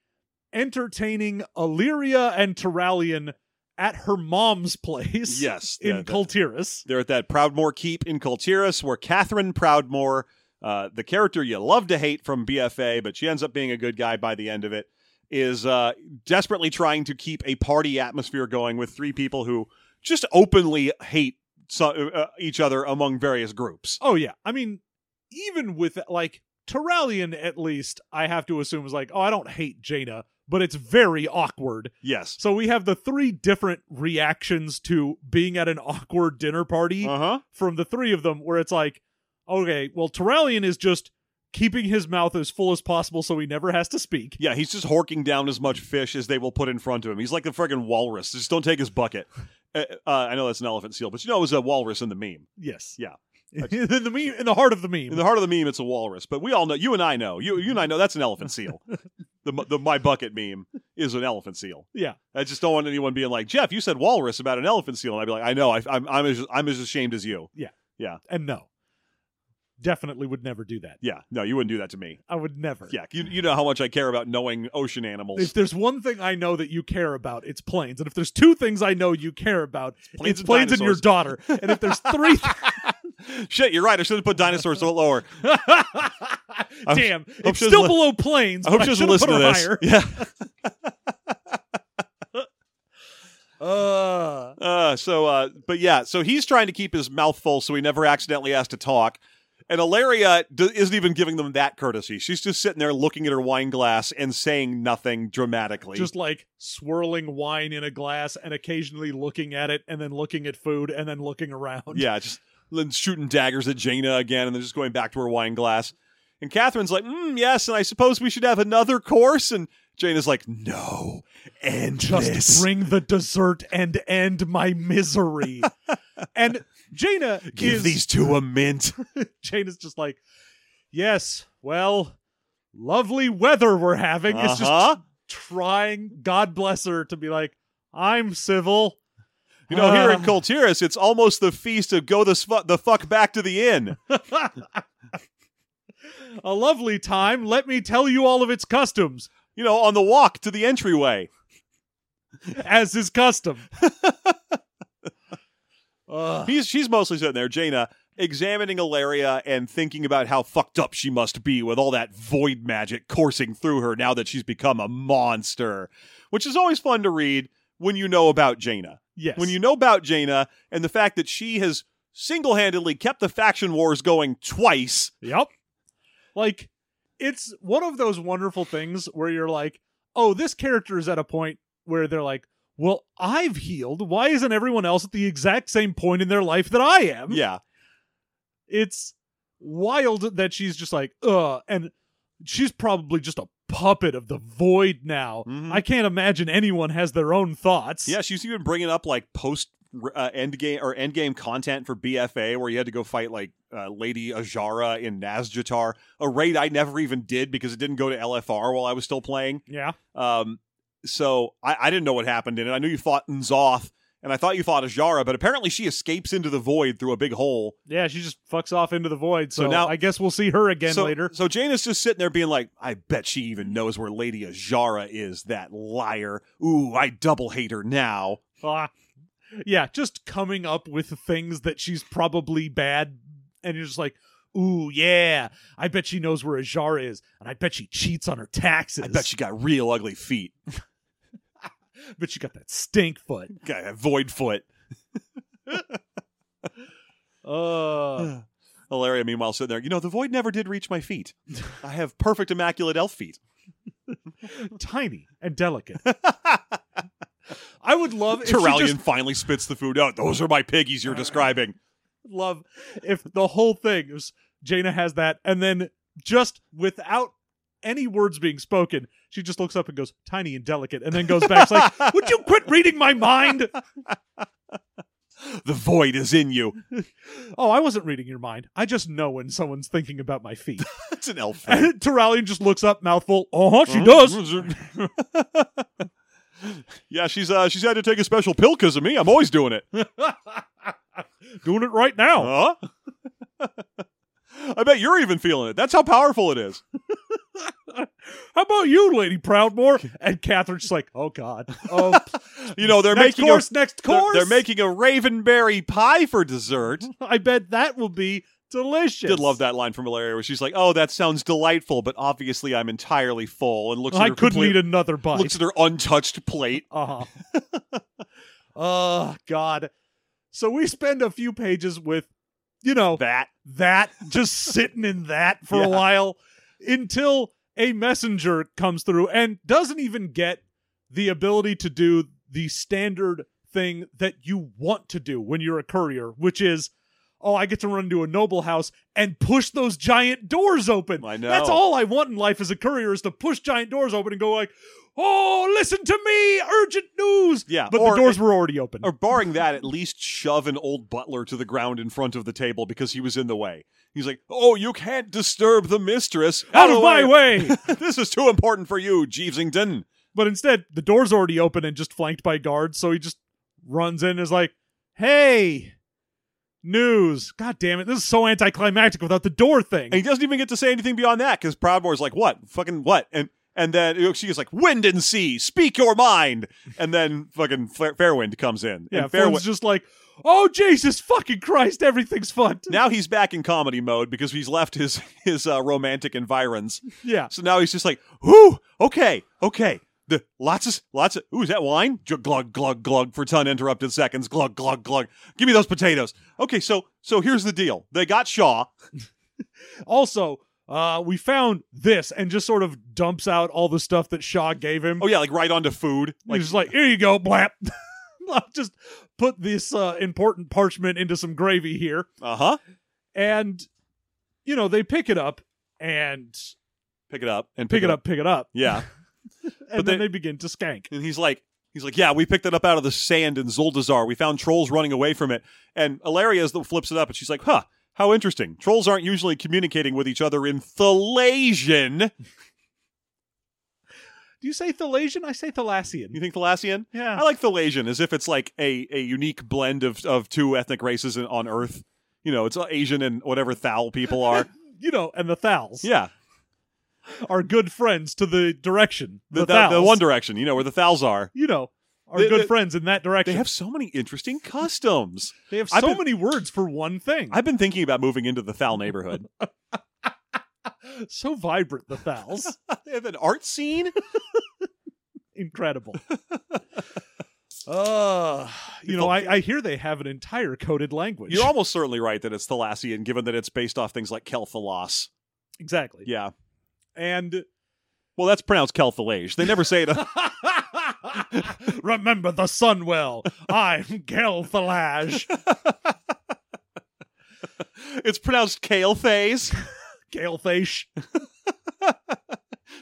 Speaker 3: entertaining Illyria and Terralian at her mom's place
Speaker 2: yes.
Speaker 3: in
Speaker 2: yeah, that-
Speaker 3: Cultiris.
Speaker 2: they're at that Proudmore Keep in Coltiris where Catherine Proudmore, uh, the character you love to hate from BFA, but she ends up being a good guy by the end of it, is uh, desperately trying to keep a party atmosphere going with three people who just openly hate so, uh, each other among various groups.
Speaker 3: Oh yeah, I mean, even with like Terralian, at least I have to assume is like, oh, I don't hate Jaina, but it's very awkward.
Speaker 2: Yes.
Speaker 3: So we have the three different reactions to being at an awkward dinner party
Speaker 2: Uh huh.
Speaker 3: from the three of them, where it's like, okay, well, Terralian is just keeping his mouth as full as possible so he never has to speak.
Speaker 2: Yeah, he's just horking down as much fish as they will put in front of him. He's like the friggin' walrus. Just don't take his bucket. Uh, uh, I know that's an elephant seal, but you know it was a walrus in the meme.
Speaker 3: Yes.
Speaker 2: Yeah.
Speaker 3: in the meme, in the heart of the meme.
Speaker 2: In the heart of the meme, it's a walrus, but we all know. You and I know. You you and I know that's an elephant seal. the mu- the my bucket meme is an elephant seal.
Speaker 3: yeah.
Speaker 2: I just don't want anyone being like Jeff. You said walrus about an elephant seal, and I'd be like, I know. I, I'm I'm as, I'm as ashamed as you.
Speaker 3: And no. Definitely would never do that.
Speaker 2: Yeah, no, you wouldn't do that to me.
Speaker 3: I would never.
Speaker 2: Yeah, you you know how much I care about knowing ocean animals.
Speaker 3: If there's one thing I know that you care about, it's planes. And if there's two things I know you care about,
Speaker 2: planes
Speaker 3: it's
Speaker 2: and
Speaker 3: planes and your
Speaker 2: dinosaurs.
Speaker 3: daughter. And if there's three,
Speaker 2: Shit, you're right. I should have put dinosaurs so lower.
Speaker 3: damn,
Speaker 2: hope
Speaker 3: it's
Speaker 2: she doesn't
Speaker 3: still
Speaker 2: li-
Speaker 3: below planes.
Speaker 2: I hope
Speaker 3: but
Speaker 2: she doesn't listen
Speaker 3: should've put
Speaker 2: to
Speaker 3: her
Speaker 2: this.
Speaker 3: higher.
Speaker 2: Yeah.
Speaker 3: Uh,
Speaker 2: Uh, so, uh, but yeah, so he's trying to keep his mouth full so he never accidentally has to talk. And Ilaria d- isn't even giving them that courtesy. She's just sitting there looking at her wine glass and saying nothing dramatically.
Speaker 3: just like swirling wine in a glass and occasionally looking at it and then looking at food and then looking around.
Speaker 2: yeah, just then shooting daggers at Jaina again and then just going back to her wine glass. And Catherine's like, mm, yes, and I suppose we should have another course. And Jaina's like, no, end
Speaker 3: Just
Speaker 2: this.
Speaker 3: bring the dessert and end my misery. and Jaina
Speaker 2: Give
Speaker 3: is
Speaker 2: these two a mint.
Speaker 3: Jane is just like, yes, well, lovely weather we're having. It's just
Speaker 2: Uh-huh.
Speaker 3: trying, God bless her, to be like, I'm civil.
Speaker 2: You know, here in
Speaker 3: Uh.
Speaker 2: Coltiris, it's almost the feast of go the, sfu- the fuck back to the inn.
Speaker 3: A lovely time. Let me tell you all of its customs,
Speaker 2: you know, on the walk to the entryway.
Speaker 3: as is custom. Ugh.
Speaker 2: He's she's mostly sitting there, Jaina, examining Ilaria and thinking about how fucked up she must be with all that void magic coursing through her now that she's become a monster. Which is always fun to read when you know about Jaina.
Speaker 3: yes.
Speaker 2: When you know about Jaina and the fact that she has single-handedly kept the faction wars going twice.
Speaker 3: Yep. Like, it's one of those wonderful things where you're like, oh, this character is at a point where they're like, well, I've healed. Why isn't everyone else at the exact same point in their life that I am?
Speaker 2: Yeah.
Speaker 3: It's wild that she's just like, ugh, and she's probably just a puppet of the void now.
Speaker 2: Mhm.
Speaker 3: I can't imagine anyone has their own thoughts.
Speaker 2: Yeah, she's even bringing up like post uh, end game or end game content for BFA where you had to go fight like uh, Lady Ajara in Nazjatar, a raid I never even did because it didn't go to LFR while I was still playing.
Speaker 3: Yeah.
Speaker 2: Um, so I, I didn't know what happened in it. I knew you fought Nzoth, and I thought you fought Ajara, but apparently she escapes into the void through a big hole.
Speaker 3: Yeah, she just fucks off into the void. So,
Speaker 2: So now-
Speaker 3: I guess we'll see her again
Speaker 2: so,
Speaker 3: later.
Speaker 2: So Jane is just sitting there being like, I bet she even knows where Lady Ajara is, that liar. Ooh, I double hate her now.
Speaker 3: Ah. Yeah, just coming up with things that she's probably bad, and you're just like, ooh, yeah, I bet she knows where Ajar is, and I bet she cheats on her taxes.
Speaker 2: I bet she got real ugly feet.
Speaker 3: but she got that stink foot.
Speaker 2: Got a void foot.
Speaker 3: Uh,
Speaker 2: Hilaria, meanwhile, sitting there, you know, the void never did reach my feet. I have perfect immaculate elf feet.
Speaker 3: tiny and delicate. I would love if she
Speaker 2: Tyrallion
Speaker 3: just
Speaker 2: finally spits the food out. Those are my piggies you're describing.
Speaker 3: love if the whole thing was Jaina has that, and then just without any words being spoken, she just looks up and goes, tiny and delicate, and then goes back. It's like, would you quit reading my mind?
Speaker 2: The void is in you.
Speaker 3: Oh, I wasn't reading your mind. I just know when someone's thinking about my feet.
Speaker 2: That's an elf. thing.
Speaker 3: And Tyrallion just looks up, mouthful. Uh huh, she does.
Speaker 2: yeah, she's uh, she's had to take a special pill because of me. I'm always doing it.
Speaker 3: Doing it right now.
Speaker 2: Huh? I bet you're even feeling it. That's how powerful it is.
Speaker 3: How about you, Lady Proudmore? And Catherine's just like, oh, God. Oh,
Speaker 2: You know, Um, they're
Speaker 3: next
Speaker 2: making
Speaker 3: course,
Speaker 2: a
Speaker 3: next
Speaker 2: they're-
Speaker 3: course.
Speaker 2: They're, making a ravenberry pie for dessert.
Speaker 3: I bet that will be delicious.
Speaker 2: Did love that line from Valeria where she's like, "Oh, that sounds delightful, but obviously I'm entirely full." And looks at
Speaker 3: I
Speaker 2: her
Speaker 3: couldn't
Speaker 2: complete-
Speaker 3: eat another bite.
Speaker 2: looks at her untouched plate.
Speaker 3: Uh-huh. oh God. So we spend a few pages with, you know,
Speaker 2: That
Speaker 3: that just sitting in that for
Speaker 2: Yeah.
Speaker 3: a while until a messenger comes through and doesn't even get the ability to do the standard thing that you want to do when you're a courier, which is, oh, I get to run to a noble house and push those giant doors open.
Speaker 2: I know.
Speaker 3: That's all I want in life as a courier is to push giant doors open and go like, oh, listen to me, urgent news.
Speaker 2: Yeah,
Speaker 3: but
Speaker 2: or-
Speaker 3: the doors were already open.
Speaker 2: Or barring that, at least shove an old butler to the ground in front of the table because he was in the way. He's like, "Oh, you can't disturb the mistress.
Speaker 3: out of my way.
Speaker 2: this is too important for you, Jeevesington."
Speaker 3: But instead, the door's already open and just flanked by guards, so he just runs in and is like, hey, news. God damn it, this is so anticlimactic without the door thing.
Speaker 2: And he doesn't even get to say anything beyond that because Proudmore's like, "What? Fucking what?" And and then you know, she's like, "Wind and sea, speak your mind." And then fucking Fair- Fairwind comes in.
Speaker 3: yeah,
Speaker 2: and Fairwind
Speaker 3: Flynn's just like, oh, Jesus fucking Christ, everything's fun.
Speaker 2: now he's back in comedy mode because he's left his his uh, romantic environs.
Speaker 3: yeah.
Speaker 2: So now he's just like, "Whoo, okay, okay." The lots of lots of ooh, is that wine? Jug, glug glug glug for ton interrupted seconds. Glug glug glug. Give me those potatoes. Okay, so so here's the deal. They got Shaw.
Speaker 3: Also, uh, we found this and just sort of dumps out all the stuff that Shaw gave him.
Speaker 2: Oh yeah, like right onto food.
Speaker 3: Like,
Speaker 2: Like
Speaker 3: he's just like, here you go, blap. I'll just put this uh, important parchment into some gravy here.
Speaker 2: uh huh.
Speaker 3: and you know they pick it up and
Speaker 2: Pick it up and
Speaker 3: pick it up pick it up
Speaker 2: Yeah,
Speaker 3: and
Speaker 2: But
Speaker 3: then
Speaker 2: they-
Speaker 3: they begin to skank
Speaker 2: and he's like. He's like, yeah, we picked it up out of the sand in Zoldazar. We found trolls running away from it. And Ilaria is the flips it up, and she's like, huh, how interesting. Trolls aren't usually communicating with each other in Thalasian.
Speaker 3: do you say thalasian i say thalassian
Speaker 2: You think Thalassian?
Speaker 3: yeah
Speaker 2: I like Thalasian as if it's like a, a unique blend of, of two ethnic races in, on Earth. You know, it's Asian and whatever Thal people are.
Speaker 3: you know and the thals
Speaker 2: yeah.
Speaker 3: are good friends to the direction
Speaker 2: The,
Speaker 3: the,
Speaker 2: the,
Speaker 3: thals
Speaker 2: the One Direction, you know, where the Thals are.
Speaker 3: you know are
Speaker 2: They-
Speaker 3: good
Speaker 2: they-
Speaker 3: friends in that
Speaker 2: They
Speaker 3: direction
Speaker 2: have so many interesting customs.
Speaker 3: They have so
Speaker 2: I've been-
Speaker 3: many words for one thing
Speaker 2: I've been thinking about moving into the Thal neighborhood.
Speaker 3: so vibrant the thals
Speaker 2: they have an art scene.
Speaker 3: incredible uh you know I, I hear they have an entire coded language
Speaker 2: You're almost certainly right that it's Thalassian, given that it's based off things like Kel'Thalas.
Speaker 3: exactly
Speaker 2: Yeah.
Speaker 3: and
Speaker 2: Well, that's pronounced Kel'Thalage. They never say it.
Speaker 3: Remember the Sunwell. I'm Gel Thalage.
Speaker 2: It's pronounced Kale Phase.
Speaker 3: Kale face.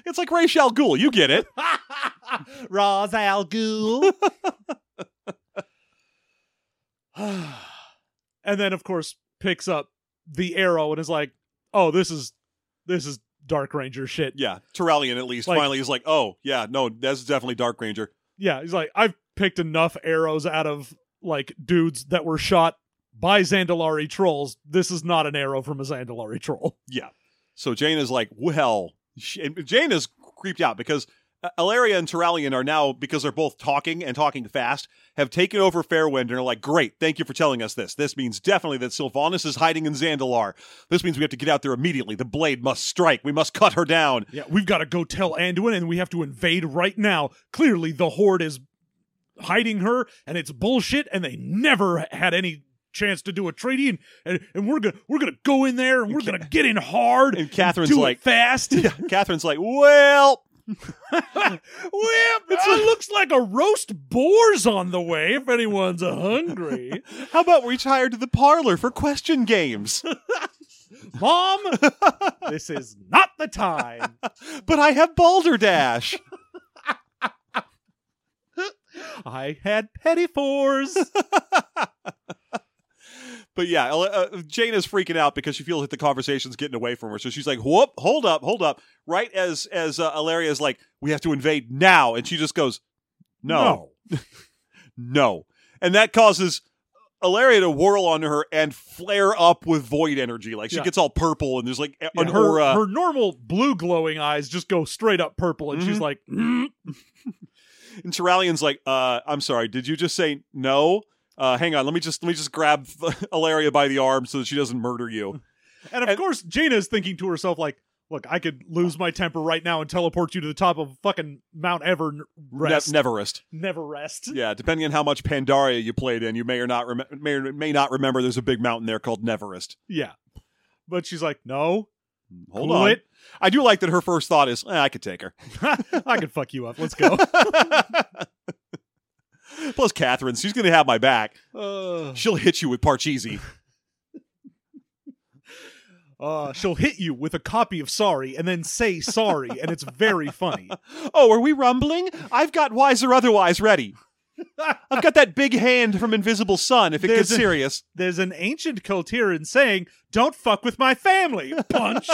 Speaker 2: It's like Ra's al Ghul. You get it.
Speaker 3: Ra's al Ghul. and then, of course, picks up the arrow and is like, "Oh, this is this is Dark Ranger shit."
Speaker 2: Yeah, Tyrellian at least
Speaker 3: Like-
Speaker 2: finally is like, oh yeah, no, that's definitely Dark Ranger.
Speaker 3: Yeah, he's like, "I've picked enough arrows out of like dudes that were shot by Zandalari trolls. This is not an arrow from a Zandalari troll."
Speaker 2: Yeah. So Jane is like, well, sh- and Jane is creeped out because uh, Elaria and Tyrellian are now because they're both talking and talking fast have taken over Fairwind and are like, great, thank you for telling us this. This means definitely that Sylvanas is hiding in Zandalar. This means we have to get out there immediately. The blade must strike. We must cut her down.
Speaker 3: Yeah, we've got to go tell Anduin, and we have to invade right now. Clearly, the Horde is hiding her, and it's bullshit, and they never had any chance to do a treaty, and and, and we're gonna we're gonna go in there, and we're gonna get in hard,
Speaker 2: And Catherine's
Speaker 3: do
Speaker 2: like-
Speaker 3: it fast.
Speaker 2: Yeah, Catherine's like, well,
Speaker 3: well, it looks like a roast boar's on the way if anyone's hungry.
Speaker 2: how about we retire to the parlor for question games?
Speaker 3: Mom, this is not the time.
Speaker 2: but I have Balderdash.
Speaker 3: I had pettifours.
Speaker 2: But yeah, Ele- uh, Jane is freaking out because she feels like the conversation's getting away from her. So she's like, "Whoop! Hold up! Hold up!" Right as as uh, Ilaria is like, "We have to invade now," and she just goes, "No, no,", and that causes Ilaria to whirl onto her and flare up with void energy. Like she
Speaker 3: Yeah.
Speaker 2: gets all purple and there's like a-
Speaker 3: Yeah,
Speaker 2: an
Speaker 3: her,
Speaker 2: aura.
Speaker 3: her normal blue glowing eyes just go straight up purple, and she's
Speaker 2: Mhm.
Speaker 3: like, "Mm."
Speaker 2: and Tyrallian's like, uh, "I'm sorry, did you just say no?" Uh, hang on, let me just let me just grab Ilaria by the arm so that she doesn't murder you.
Speaker 3: and of
Speaker 2: And-
Speaker 3: course, Jaina is thinking to herself, like, look, I could lose my temper right now and teleport you to the top of fucking Mount Everest.
Speaker 2: Ne- Neverest.
Speaker 3: Never rest.
Speaker 2: Yeah, depending on how much Pandaria you played in, you may or not rem- may or may not remember. There's a big mountain there called Neverest.
Speaker 3: Yeah. But she's like, no,
Speaker 2: Hold
Speaker 3: quit.
Speaker 2: on, I do like that her first thought is, eh, "I could take her."
Speaker 3: I can fuck you up. Let's go.
Speaker 2: Plus, Catherine, she's gonna have my back.
Speaker 3: Uh,
Speaker 2: She'll hit you with Parcheesi.
Speaker 3: uh, she'll hit you with a copy of Sorry and then say sorry, and it's very funny.
Speaker 2: Oh, are we rumbling? I've got wise or otherwise ready. I've got that big hand from Invisible Sun. If it
Speaker 3: There's
Speaker 2: gets
Speaker 3: a-
Speaker 2: serious,
Speaker 3: There's an ancient Kaltiran saying, don't fuck with my family. Punch.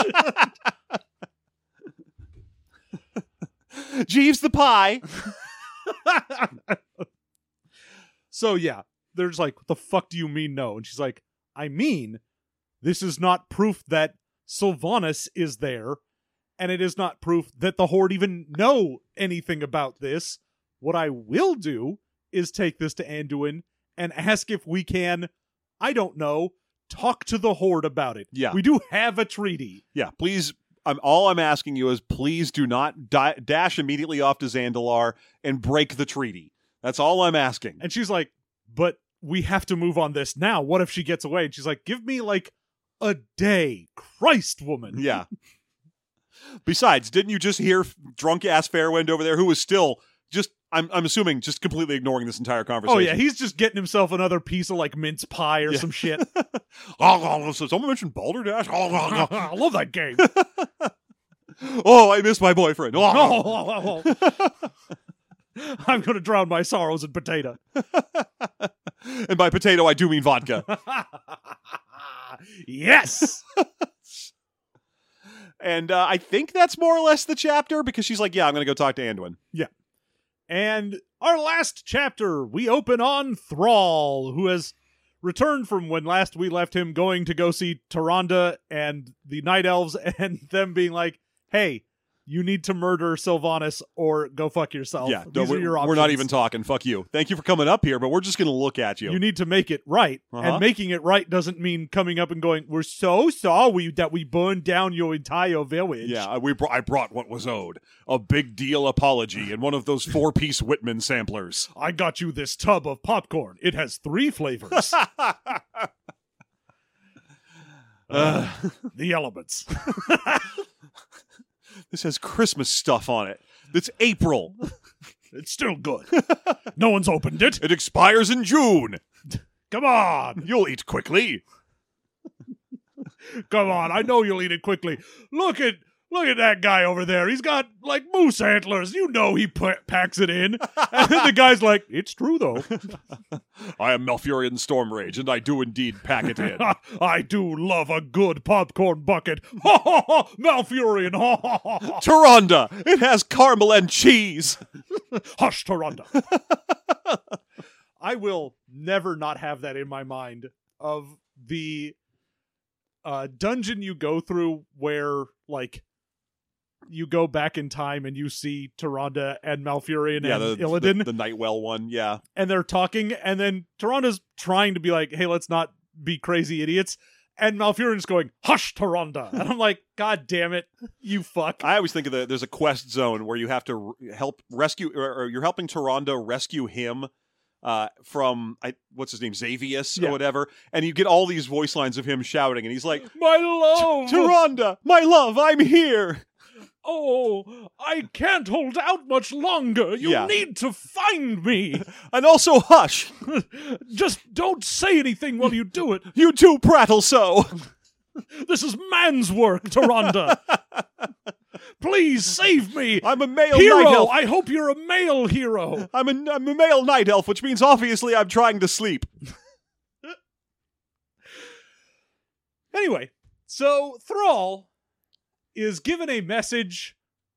Speaker 2: Jeeves the pie.
Speaker 3: so yeah, they're just like, what the fuck do you mean no? And she's like, I mean, this is not proof that Sylvanas is there, and it is not proof that the Horde even know anything about this. What I will do is take this to Anduin and ask if we can, I don't know, talk to the Horde about it.
Speaker 2: Yeah.
Speaker 3: We do have a treaty.
Speaker 2: Yeah, please. I'm all I'm asking you is please do not di- dash immediately off to Zandalar and break the treaty. That's all I'm asking.
Speaker 3: And she's like, but we have to move on this now. What if she gets away? And she's like, give me like a day. Christ, woman.
Speaker 2: Yeah. Besides, didn't you just hear drunk ass Fairwind over there who was still just I'm I'm assuming just completely ignoring this entire
Speaker 3: Oh,
Speaker 2: conversation.
Speaker 3: yeah. He's just getting himself another piece of like mince pie or
Speaker 2: Yeah.
Speaker 3: some shit.
Speaker 2: Oh, someone mentioned Balderdash. Uh-huh.
Speaker 3: I love that game.
Speaker 2: oh, I miss my boyfriend. Oh.
Speaker 3: No. I'm going to drown my sorrows in potato.
Speaker 2: And by potato, I do mean vodka.
Speaker 3: yes.
Speaker 2: and uh, I think that's more or less the chapter because she's like, yeah, I'm going to go talk to Anduin.
Speaker 3: And our last chapter, we open on Thrall, who has returned from when last we left him going to go see Taranda and the Night Elves and them being like, hey, you need to murder Sylvanas or go fuck yourself.
Speaker 2: Yeah, no,
Speaker 3: These are
Speaker 2: we're,
Speaker 3: your options.
Speaker 2: we're not even talking. Fuck you. Thank you for coming up here, but we're just going to look at you.
Speaker 3: You need to make it right.
Speaker 2: Uh-huh.
Speaker 3: And making it right doesn't mean coming up and going, we're so sorry that we burned down your entire village.
Speaker 2: yeah, I- we br- I brought what was owed a big deal apology and one of those four piece Whitman samplers.
Speaker 3: I got you this tub of popcorn. It has three flavors.
Speaker 2: Uh,
Speaker 3: the elements.
Speaker 2: this has Christmas stuff on it. It's April.
Speaker 3: It's still good. no one's opened it.
Speaker 2: It expires in June.
Speaker 3: Come on.
Speaker 2: You'll eat quickly.
Speaker 3: Come on, I know you'll eat it quickly. Look at look at that guy over there. He's got like moose antlers. You know he pa- packs it in. And then the guy's like, "It's true though.
Speaker 2: I am Malfurion Stormrage, and I do indeed pack it in.
Speaker 3: I do love a good popcorn bucket." Ha ha ha! Malfurion. Ha ha ha! ha.
Speaker 2: Taranda, it has caramel and cheese.
Speaker 3: Hush, Taranda. I will never not have that in my mind of the uh, dungeon you go through where, like, you go back in time and you see Taranda and Malfurion
Speaker 2: yeah, the,
Speaker 3: and
Speaker 2: the,
Speaker 3: Illidan,
Speaker 2: the Nightwell one. Yeah,
Speaker 3: and they're talking, and then Taranda's trying to be like, hey, let's not be crazy idiots. And Malfurion's going, hush, Taranda. And I'm like, God damn it, you fuck.
Speaker 2: I always think of the there's a quest zone where you have to r- help rescue, or, or you're helping Taronda rescue him uh, from I, what's his name, Xavius
Speaker 3: Yeah.
Speaker 2: or whatever, and you get all these voice lines of him shouting, and he's like,
Speaker 3: my love.
Speaker 2: "Taronda, my love, I'm here."
Speaker 3: Oh, I can't hold out much longer. You
Speaker 2: Yeah.
Speaker 3: need to find me.
Speaker 2: And also, hush,
Speaker 3: Just don't say anything while you do it.
Speaker 2: you too prattle so.
Speaker 3: This is man's work, Taronda. Please save me.
Speaker 2: I'm a male night
Speaker 3: Hero,
Speaker 2: elf.
Speaker 3: I hope you're a male hero.
Speaker 2: I'm a, I'm a male night elf, which means obviously I'm trying to sleep.
Speaker 3: Anyway, so Thrall is given a message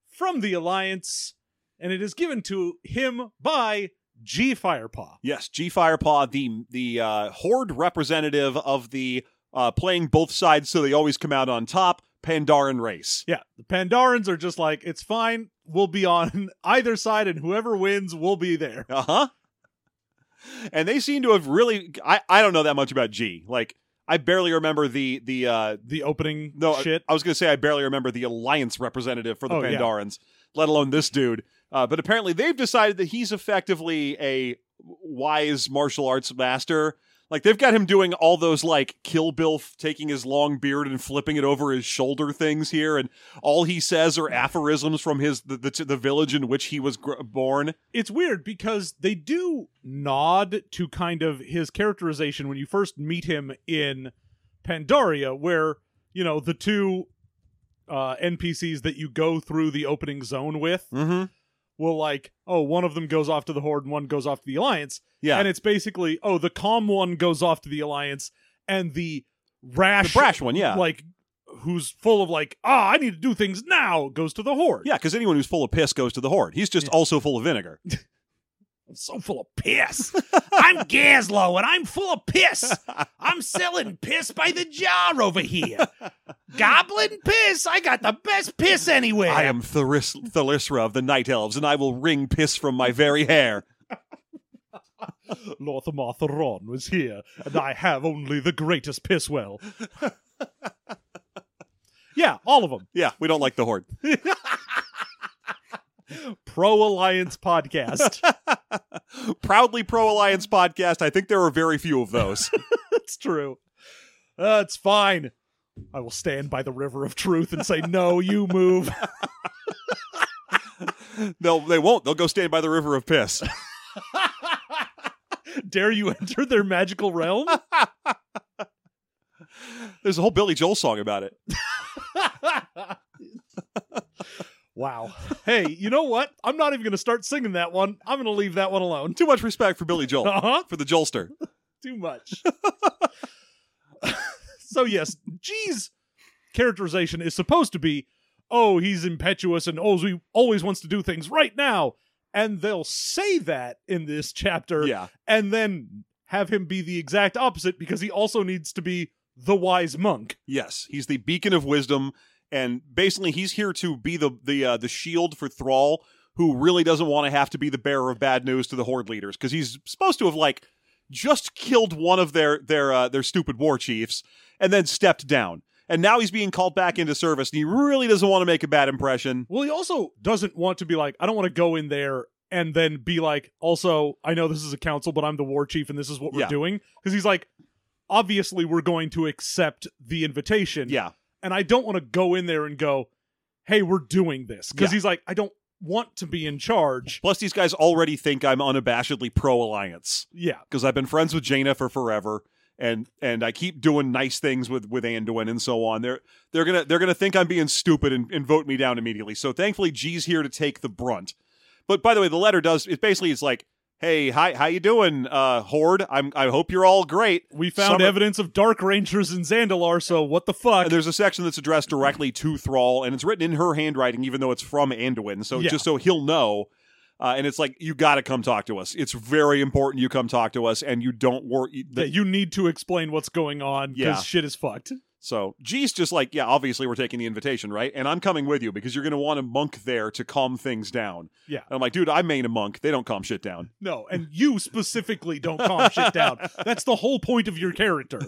Speaker 3: from the Alliance, and it is given to him by G Firepaw.
Speaker 2: Yes, G Firepaw, the the uh, horde representative of the uh, playing both sides, so they always come out on top. Pandaren race.
Speaker 3: Yeah, the Pandarans are just like, it's fine. We'll be on either side, and whoever wins, will be there.
Speaker 2: Uh huh. And they seem to have really. I I don't know that much about G. Like I barely remember the the uh
Speaker 3: The opening
Speaker 2: no I-
Speaker 3: shit.
Speaker 2: I, was gonna say I barely remember the alliance representative for the
Speaker 3: Oh, yeah.
Speaker 2: Pandarans, let alone this dude. Uh, but apparently they've decided that he's effectively a wise martial arts master. Like they've got him doing all those like Kill Bill f- taking his long beard and flipping it over his shoulder things here, and all he says are aphorisms from his the the, the village in which he was gr- born.
Speaker 3: it's weird because they do nod to kind of his characterization when you first meet him in Pandaria, where, you know, the two uh, NPCs that you go through the opening zone with
Speaker 2: Mm-hmm.
Speaker 3: will, like, oh, one of them goes off to the Horde and one goes off to the Alliance.
Speaker 2: Yeah,
Speaker 3: And it's basically, oh, the calm one goes off to the Alliance and the
Speaker 2: the
Speaker 3: rash
Speaker 2: brash one, yeah.
Speaker 3: like who's full of like ah i need to do things now goes to the horde
Speaker 2: yeah, because anyone who's full of piss goes to the horde. He's just also full of vinegar.
Speaker 3: i'm so full of piss i'm gaslow and i'm full of piss i'm selling piss by the jar over here goblin piss i got the best piss anywhere
Speaker 2: I am Tharis- Thalysra of the Night Elves, and I will wring piss from my very hair.
Speaker 3: lorthamar Theron was here and i have only the greatest piss well yeah all of them
Speaker 2: Yeah, we don't like the horde.
Speaker 3: pro alliance podcast
Speaker 2: Proudly pro alliance podcast. I think there are very few of those.
Speaker 3: It's true. Uh, it's fine. I will stand by the river of truth and say, no, you move.
Speaker 2: They'll they won't. They'll go stand by the river of piss.
Speaker 3: Dare you enter their magical realm?
Speaker 2: There's a whole Billy Joel song about it.
Speaker 3: wow. Hey, you know what? I'm not even going to start singing that one. I'm going to leave that one alone.
Speaker 2: Too much respect for Billy Joel.
Speaker 3: Uh huh.
Speaker 2: For the Joelster.
Speaker 3: Too much. so, yes, G's characterization is supposed to be oh, he's impetuous and always, always wants to do things right now. And they'll say that in this chapter.
Speaker 2: Yeah.
Speaker 3: and then have him be the exact opposite because he also needs to be the wise monk.
Speaker 2: Yes, he's the beacon of wisdom, and basically he's here to be the the uh, the shield for Thrall, who really doesn't want to have to be the bearer of bad news to the Horde leaders because he's supposed to have like just killed one of their their uh, their stupid war chiefs and then stepped down, and now he's being called back into service, and he really doesn't want to make a bad impression.
Speaker 3: Well, he also doesn't want to be like, I don't want to go in there and then be like, also, I know this is a council, but I'm the war chief and this is what we're
Speaker 2: Yeah.
Speaker 3: doing. Because he's like, obviously, we're going to accept the invitation.
Speaker 2: Yeah,
Speaker 3: And I don't want to go in there and go, hey, we're doing this. Because
Speaker 2: Yeah.
Speaker 3: he's like, I don't want to be in charge.
Speaker 2: plus these guys already think I'm unabashedly pro alliance
Speaker 3: Yeah.
Speaker 2: because I've been friends with Jaina for forever. and and I keep doing nice things with with Anduin and so on. They're they're gonna they're gonna think I'm being stupid and, and vote me down immediately. So thankfully, G's here to take the brunt. But by the way, the letter does it basically is like, hey, hi, how you doing, uh, Horde? I'm I hope you're all great.
Speaker 3: We found
Speaker 2: Summer-
Speaker 3: evidence of Dark Rangers in Zandalar, so what the fuck?
Speaker 2: And there's a section that's addressed directly to Thrall, and it's written in her handwriting, even though it's from Anduin. So
Speaker 3: Yeah.
Speaker 2: just so he'll know. Uh, and it's like you got to come talk to us. It's very important you come talk to us, and you don't worry.
Speaker 3: that you need to explain what's going on because
Speaker 2: Yeah.
Speaker 3: shit is fucked.
Speaker 2: So G's just like, yeah, obviously we're taking the invitation, right? And I'm coming with you because you're going to want a monk there to calm things down.
Speaker 3: Yeah.
Speaker 2: And I'm like, dude, I main a monk. They don't calm shit down.
Speaker 3: No, and you specifically don't calm shit down. That's the whole point of your character.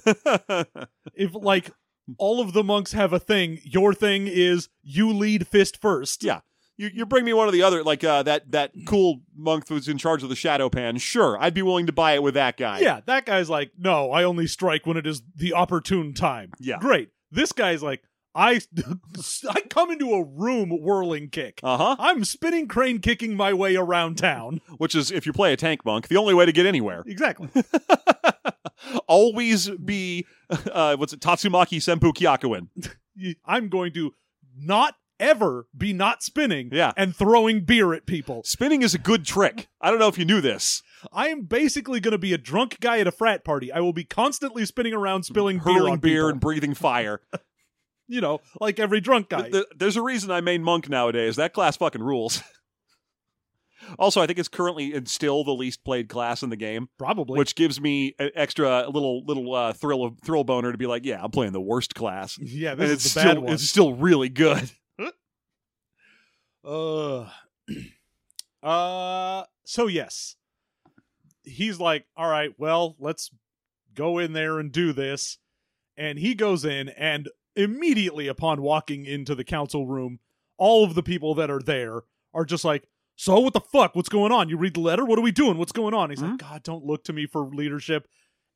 Speaker 3: If like all of the monks have a thing, your thing is you lead fist first.
Speaker 2: Yeah. you you bring me one of the other, like uh, that that cool monk who's in charge of the shadow pan. Sure, I'd be willing to buy it with that guy.
Speaker 3: Yeah, that guy's like, no, I only strike when it is the opportune time.
Speaker 2: Yeah.
Speaker 3: Great. This guy's like, I I come into a room whirling kick.
Speaker 2: Uh huh.
Speaker 3: I'm spinning crane kicking my way around town.
Speaker 2: Which is if you play a tank monk, the only way to get anywhere.
Speaker 3: Exactly.
Speaker 2: Always be uh, what's it, Tatsumaki Senpu Kyakuin.
Speaker 3: I'm going to not ever be not spinning
Speaker 2: Yeah.
Speaker 3: and throwing beer at people.
Speaker 2: Spinning is a good trick. I don't know if you knew this.
Speaker 3: I am basically going to be a drunk guy at a frat party. I will be constantly spinning around spilling beer
Speaker 2: Hurling
Speaker 3: on
Speaker 2: beer
Speaker 3: people.
Speaker 2: and breathing fire.
Speaker 3: you know, like every drunk guy.
Speaker 2: Th- th- there's a reason I main monk nowadays. That class fucking rules. also, I think it's currently and still the least played class in the game,
Speaker 3: Probably.
Speaker 2: which gives me an extra little little uh, thrill of thrill boner to be like, yeah, I'm playing the worst class,
Speaker 3: yeah,
Speaker 2: and
Speaker 3: this
Speaker 2: it's
Speaker 3: is the bad
Speaker 2: still
Speaker 3: one.
Speaker 2: it's still really good.
Speaker 3: Ugh. uh so yes. He's like, "All right, well, let's go in there and do this." And he goes in and immediately upon walking into the council room, all of the people that are there are just like, "So what the fuck? What's going on? You read the letter? What are we doing? What's going on?" He's like, "God, don't look to me for leadership."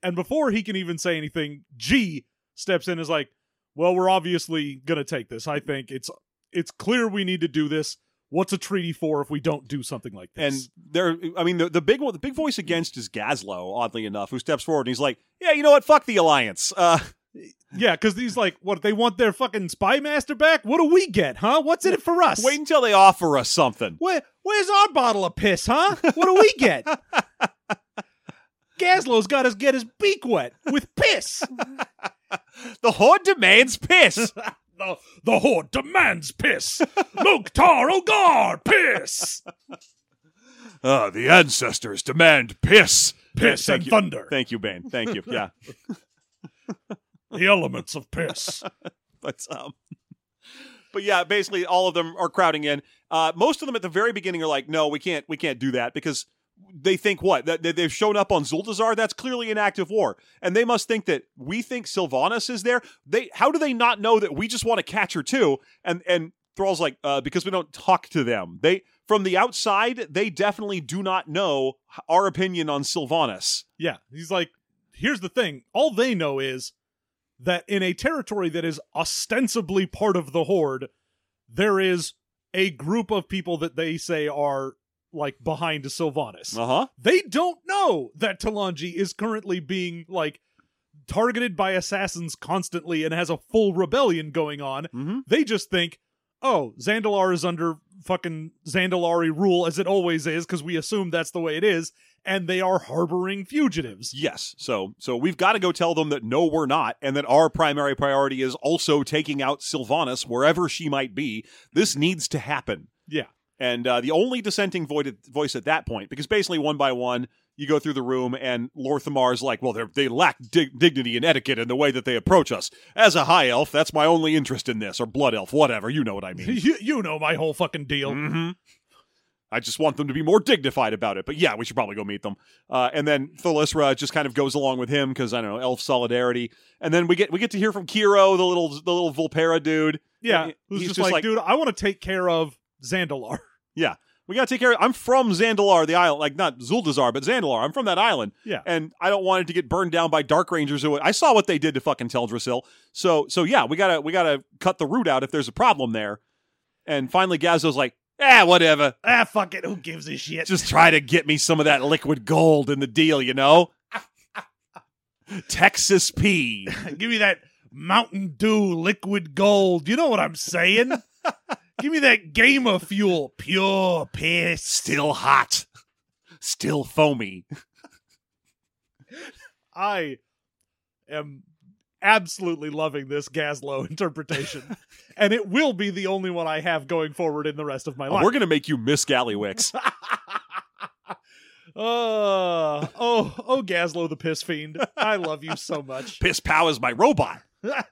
Speaker 3: And before he can even say anything, G steps in and is like, "Well, we're obviously going to take this. I think it's it's clear we need to do this. What's a treaty for if we don't do something like
Speaker 2: And
Speaker 3: this?
Speaker 2: there, I mean, the, the big one, the big voice against is Gaslow, oddly enough, who steps forward and he's like, yeah, you know what, fuck the alliance. Uh,
Speaker 3: yeah, because he's like, what they want their fucking spy master back? What do we get, huh? What's in it for us?
Speaker 2: wait until they offer us something.
Speaker 3: Where, where's our bottle of piss, huh? What do we get? Gaslow's got us get his beak wet with piss.
Speaker 2: The horde demands piss.
Speaker 3: the, the horde demands piss. Loktar Ogar, piss. Uh,
Speaker 2: Ah, the ancestors demand piss.
Speaker 3: Piss
Speaker 2: Thank
Speaker 3: and
Speaker 2: you.
Speaker 3: thunder.
Speaker 2: Thank you, Bane. Thank you. Yeah.
Speaker 3: The elements of piss.
Speaker 2: but um but yeah basically all of them are crowding in uh most of them at the very beginning are like no we can't we can't do that because they think what that that they've shown up on Zul'Dazar that's clearly an active war and they must think that we think Sylvanas is there they how do they not know that we just want to catch her too and and Thrall's like uh because we don't talk to them they from the outside they definitely do not know our opinion on Sylvanas
Speaker 3: Yeah, he's like, here's the thing. All they know is that in a territory that is ostensibly part of the Horde, there is a group of people that they say are like behind Sylvanas.
Speaker 2: uh-huh
Speaker 3: They don't know that Talanji is currently being like targeted by assassins constantly and has a full rebellion going on.
Speaker 2: mm-hmm
Speaker 3: They just think, oh, Zandalar is under fucking Zandalari rule as it always is because we assume that's the way it is, and they are harboring fugitives.
Speaker 2: Yes. So so we've got to go tell them that no, we're not, and that our primary priority is also taking out Sylvanas wherever she might be. This needs to happen.
Speaker 3: Yeah.
Speaker 2: And uh, the only dissenting void- voice at that point, because basically one by one, you go through the room, and Lorthamar's like, "Well, they're- they lack dig- dignity and etiquette in the way that they approach us. As a high elf, that's my only interest in this, or blood elf, whatever. You know what I mean."
Speaker 3: you, you know my whole fucking deal.
Speaker 2: Mhm. I just want them to be more dignified about it. But yeah, we should probably go meet them. Uh, and then Thalisra just kind of goes along with him because I don't know elf solidarity. And then we get we get to hear from Kiro, the little the little Volpera dude.
Speaker 3: Yeah.
Speaker 2: And
Speaker 3: Who's
Speaker 2: he's
Speaker 3: just, like, dude, I want to take care of Zandalar.
Speaker 2: we gotta take care. of I'm from Zandalar, the island, like not Zuldazar, but Zandalar. I'm from that island.
Speaker 3: Yeah.
Speaker 2: and I don't want it to get burned down by Dark Rangers. who- I saw what they did to fucking Teldrassil. So so yeah, we gotta we gotta cut the root out if there's a problem there. And finally, Gazzo's like, ah, whatever.
Speaker 3: Ah, fuck it. Who gives a shit?
Speaker 2: just try to get me some of that liquid gold in the deal, you know? Texas P.
Speaker 3: Give me that Mountain Dew liquid gold. You know what I'm saying? Give me that Gamer Fuel pure piss.
Speaker 2: Still hot. Still foamy.
Speaker 3: I am absolutely loving this Gaslow interpretation, and it will be the only one I have going forward in the rest of my life.
Speaker 2: Oh, We're going to make you miss Gallywix.
Speaker 3: Uh, oh, oh, Gaslow the piss fiend. I love you so much.
Speaker 2: Piss Pow is my robot.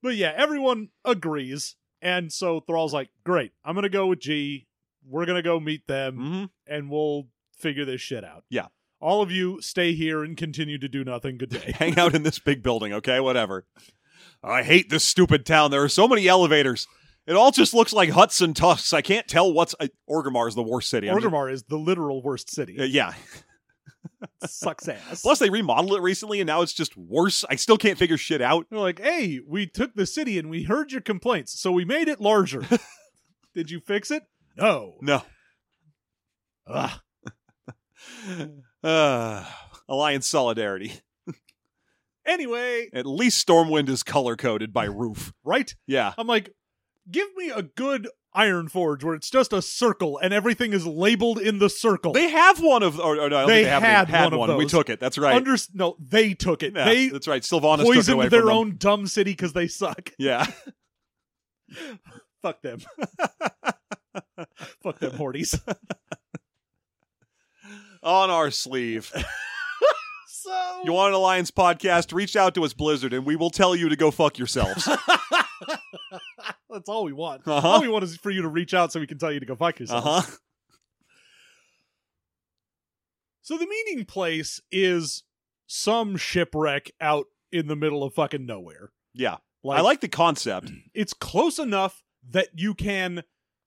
Speaker 3: But yeah, everyone agrees, and so Thrall's like, "Great, I'm gonna go with G. We're gonna go meet them,
Speaker 2: Mm-hmm.
Speaker 3: and we'll figure this shit out."
Speaker 2: Yeah.
Speaker 3: All of you stay here and continue to do nothing. Good day.
Speaker 2: Hang out in this big building, okay? Whatever. I hate this stupid town. There are so many elevators. It all just looks like huts and tufts. I can't tell what's. I, Orgrimmar is the worst city. I'm just-
Speaker 3: Orgrimmar is the literal worst city.
Speaker 2: Uh, yeah.
Speaker 3: Sucks ass.
Speaker 2: Plus, they remodeled it recently, and now it's just worse. I still can't figure shit out.
Speaker 3: They're like, hey, we took the city and we heard your complaints, so we made it larger. Did you fix it? No.
Speaker 2: No.
Speaker 3: Ugh.
Speaker 2: Uh, Alliance Solidarity.
Speaker 3: Anyway,
Speaker 2: At least Stormwind is color coded by roof.
Speaker 3: right?
Speaker 2: Yeah.
Speaker 3: I'm like, give me a good Iron Forge where it's just a circle and everything is labeled in the circle.
Speaker 2: They have one of. Or, or no, I don't think
Speaker 3: They
Speaker 2: they have any-
Speaker 3: had
Speaker 2: had
Speaker 3: one of
Speaker 2: We
Speaker 3: those.
Speaker 2: took it. That's right.
Speaker 3: Under- no, they took it.
Speaker 2: Yeah,
Speaker 3: they
Speaker 2: that's right. Sylvanas took it away
Speaker 3: poisoned
Speaker 2: from
Speaker 3: their
Speaker 2: them.
Speaker 3: own dumb city because they suck.
Speaker 2: Yeah.
Speaker 3: Fuck them. Fuck them, Horties.
Speaker 2: On our sleeve.
Speaker 3: so
Speaker 2: You want an Alliance podcast? Reach out to us, Blizzard, and we will tell you to go fuck yourselves.
Speaker 3: that's all we want.
Speaker 2: Uh-huh.
Speaker 3: All we want is for you to reach out so we can tell you to go fuck yourself.
Speaker 2: Uh huh.
Speaker 3: So the meeting place is some shipwreck out in the middle of fucking nowhere.
Speaker 2: Yeah. I like the concept.
Speaker 3: it's close enough that you can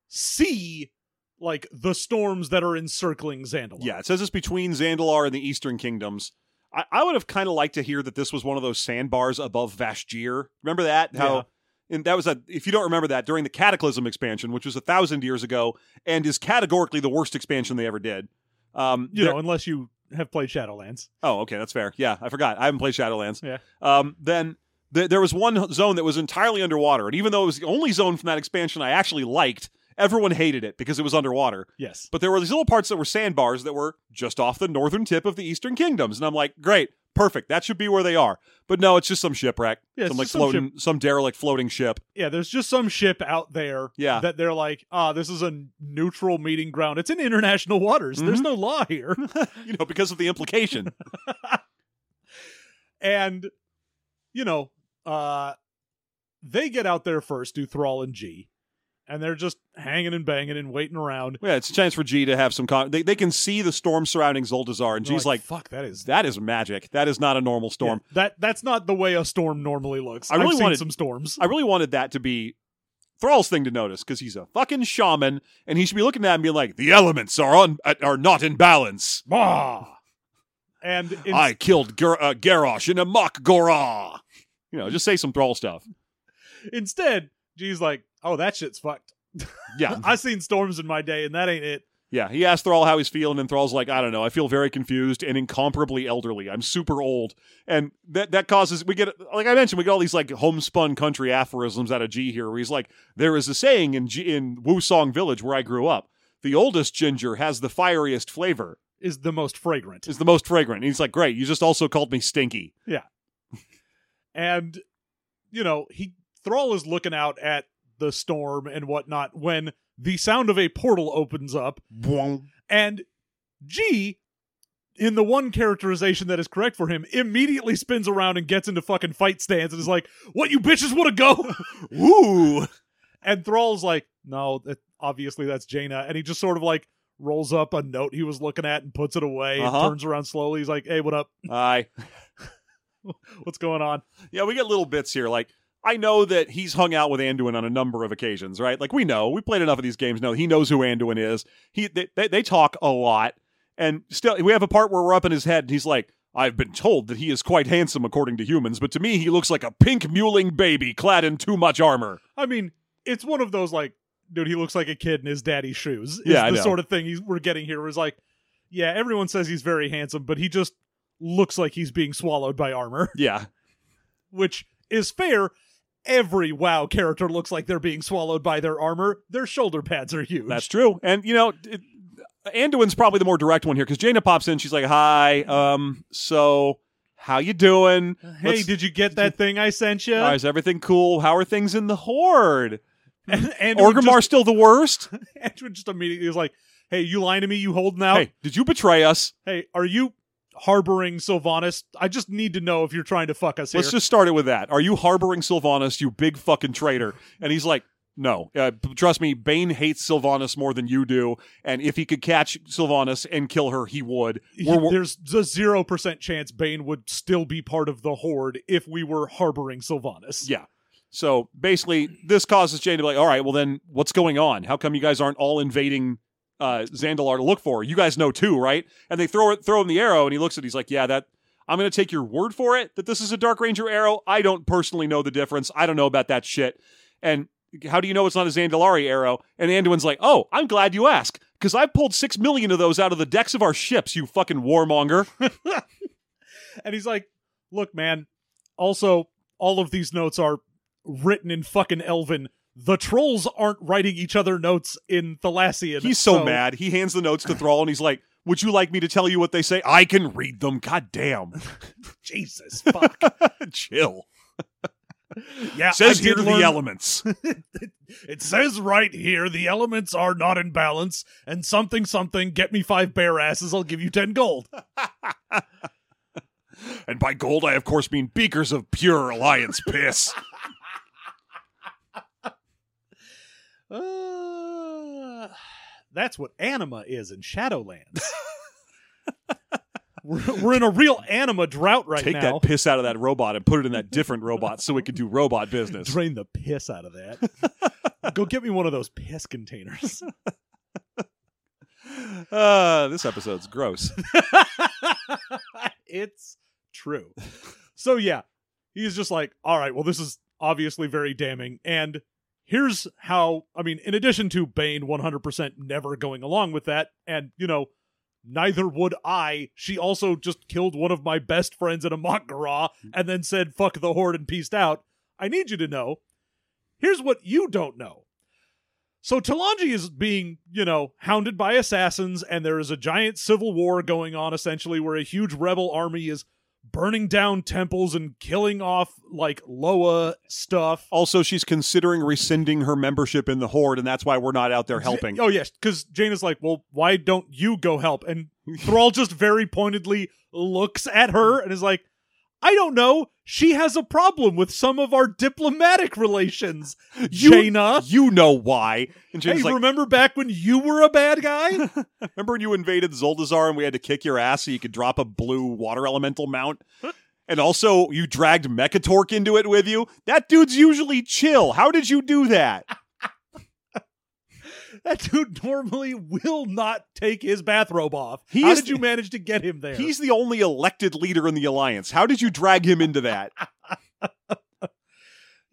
Speaker 3: see like the storms that are encircling Xandalon.
Speaker 2: Yeah, it says it's between Zandalar and the Eastern Kingdoms. I, I would have kind of liked to hear that this was one of those sandbars above Vashtir. Remember that? How and that was a if you don't remember that, during the Cataclysm expansion, which was a thousand years ago, and is categorically the worst expansion they ever did. Um
Speaker 3: You
Speaker 2: there-
Speaker 3: know, unless you have played Shadowlands.
Speaker 2: Oh, okay, that's fair. Yeah, I forgot. I haven't played Shadowlands.
Speaker 3: Yeah.
Speaker 2: Um, then th- there was one zone that was entirely underwater, and even though it was the only zone from that expansion I actually liked, everyone hated it because it was underwater.
Speaker 3: Yes.
Speaker 2: But there were these little parts that were sandbars that were just off the northern tip of the Eastern Kingdoms, and I'm like, great, perfect. That should be where they are. But no, it's just some shipwreck,
Speaker 3: Yeah, it's
Speaker 2: some like
Speaker 3: just some
Speaker 2: floating, some, derelict floating ship.
Speaker 3: Yeah, there's just some ship out there
Speaker 2: Yeah.
Speaker 3: that they're like, ah, this is a neutral meeting ground. It's in international waters. There's
Speaker 2: Mhm.
Speaker 3: no law here.
Speaker 2: you know, because of the implication.
Speaker 3: and you know, uh they get out there first, do Thrall and G, and they're just hanging and banging and waiting around.
Speaker 2: yeah, it's a chance for G to have some. Con- they they can see the storm surrounding Zoldazar, and
Speaker 3: They're
Speaker 2: G's like,
Speaker 3: fuck, that is
Speaker 2: that is magic. That is not a normal storm.
Speaker 3: Yeah, that that's not the way a storm normally looks.
Speaker 2: I really
Speaker 3: have seen
Speaker 2: wanted-
Speaker 3: some storms.
Speaker 2: I really wanted that to be Thrall's thing to notice because he's a fucking shaman and he should be looking at it and being like, "The elements are on uh, are not in balance."
Speaker 3: Bah! And in-
Speaker 2: I killed Ger- uh, Garrosh in a mock Gorah. You know, just say some Thrall stuff.
Speaker 3: instead, G's like, "Oh, that shit's fucked.
Speaker 2: Yeah,
Speaker 3: I've seen storms in my day, and that ain't it."
Speaker 2: yeah. He asked Thrall how he's feeling, and Thrall's like, "I don't know. I feel very confused and incomparably elderly. I'm super old, and that that causes we get like I mentioned, we get all these like homespun country aphorisms out of G here. Where he's like, there is a saying in G- in Wusong Village where I grew up." The oldest ginger has the fieriest flavor.
Speaker 3: Is the most fragrant,
Speaker 2: is the most fragrant. And he's like, great, you just also called me stinky.
Speaker 3: and you know he Thrall is looking out at the storm and whatnot when the sound of a portal opens up, and G. In the one characterization that is correct for him, immediately spins around and gets into fucking fight stance and is like, "What you bitches want to go?"
Speaker 2: Woo!
Speaker 3: And Thrall's like, no, that, obviously that's Jaina. And he just sort of like rolls up a note he was looking at and puts it away
Speaker 2: Uh-huh.
Speaker 3: and turns around slowly. He's like, hey, what up?
Speaker 2: Aye.
Speaker 3: What's going on?
Speaker 2: Yeah, we get little bits here. Like, I know that he's hung out with Anduin on a number of occasions, right? Like, we know. We played enough of these games. No, he knows who Anduin is. He they, they, they talk a lot. And still, we have a part where we're up in his head and he's like, I've been told that he is quite handsome according to humans, but to me, he looks like a pink muling baby clad in too much armor.
Speaker 3: I mean, it's one of those like, dude, he looks like a kid in his daddy's shoes. Is
Speaker 2: Yeah, I
Speaker 3: the
Speaker 2: know.
Speaker 3: sort of thing he's, we're getting here. Is like, yeah, everyone says he's very handsome, but he just looks like he's being swallowed by armor,
Speaker 2: Yeah.
Speaker 3: which is fair. Every WoW character looks like they're being swallowed by their armor. Their shoulder pads are huge.
Speaker 2: That's true. And you know, it, Anduin's probably the more direct one here because Jaina pops in. She's like, "Hi, um, so how you doing?
Speaker 3: Uh, hey,
Speaker 2: Let's-
Speaker 3: did you get that thing I sent you?
Speaker 2: uh, is everything cool? How are things in the horde?
Speaker 3: and and
Speaker 2: Orgrimmar
Speaker 3: just,
Speaker 2: still the worst?
Speaker 3: Edwin just immediately was like, "Hey, you lying to me? You holding out?
Speaker 2: hey, did you betray us?
Speaker 3: Hey, are you harboring Sylvanas? I just need to know if you're trying to fuck us
Speaker 2: Let's
Speaker 3: here."
Speaker 2: just start it with that. Are you harboring Sylvanas, you big fucking traitor?" And he's like. No, uh, p- trust me. Bane hates Sylvanas more than you do, and if he could catch Sylvanas and kill her, he would. We're- we're-
Speaker 3: There's a zero percent chance Bane would still be part of the Horde if we were harboring Sylvanas.
Speaker 2: Yeah. So basically, this causes Jane to be like, all right, well, then what's going on? How come you guys aren't all invading uh, Zandalar to look for her? You guys know too, right? And they throw it, throw him the arrow, and he looks at it. He's like, yeah, that. I'm going to take your word for it that this is a Dark Ranger arrow. I don't personally know the difference. I don't know about that shit. And how do you know it's not a Zandalari arrow? And Anduin's like, oh, I'm glad you ask because I've pulled six million of those out of the decks of our ships, you fucking warmonger.
Speaker 3: And he's like, "Look, man. Also, all of these notes are written in fucking Elven. The trolls aren't writing each other notes in Thalassian."
Speaker 2: He's so, mad. He hands the notes to Thrall and he's like, Would you like me to tell you what they say? I can read them. God damn.
Speaker 3: Jesus, fuck.
Speaker 2: Chill.
Speaker 3: Yeah,
Speaker 2: Says
Speaker 3: I
Speaker 2: here
Speaker 3: did
Speaker 2: to
Speaker 3: learn-
Speaker 2: the elements.
Speaker 3: It says right here the elements are not in balance, and something something. Get me five bare asses, I'll give you ten gold.
Speaker 2: and by gold, I of course mean beakers of pure alliance piss.
Speaker 3: Uh, that's what anima is in Shadowlands. we're, we're in a real anima drought right
Speaker 2: Take
Speaker 3: now.
Speaker 2: that piss out of that robot and put it in that different robot so it can do robot business.
Speaker 3: Drain the piss out of that. Go get me one of those piss containers.
Speaker 2: Uh, this episode's gross.
Speaker 3: it's true. So yeah, he's just like, all right, well, this is obviously very damning, and here's how. I mean, in addition to Bane 100% never going along with that, and you know, neither would I. She also just killed one of my best friends in a mock garage, and then said, "Fuck the horde" and peaced out. I need you to know. Here's what you don't know. So Talanji is being, you know, hounded by assassins, and there is a giant civil war going on essentially where a huge rebel army is burning down temples and killing off like Loa stuff.
Speaker 2: Also, she's considering rescinding her membership in the Horde, and that's why we're not out there helping.
Speaker 3: Oh yes, because Jane is like, well, why don't you go help? And Thrall just very pointedly looks at her and is like, I don't know. She has a problem with some of our diplomatic relations.
Speaker 2: You-
Speaker 3: Jaina.
Speaker 2: You know why. And
Speaker 3: Hey,
Speaker 2: Jane's like,
Speaker 3: remember back when you were a bad guy?
Speaker 2: Remember when you invaded Zoldazar and we had to kick your ass so you could drop a blue water elemental mount? And also, you dragged Mechatork into it with you? That dude's usually chill. How did you do that?
Speaker 3: That dude normally will not take his bathrobe off.
Speaker 2: He
Speaker 3: How
Speaker 2: is-
Speaker 3: did you manage to get him there?
Speaker 2: He's the only elected leader in the Alliance. How did you drag him into that?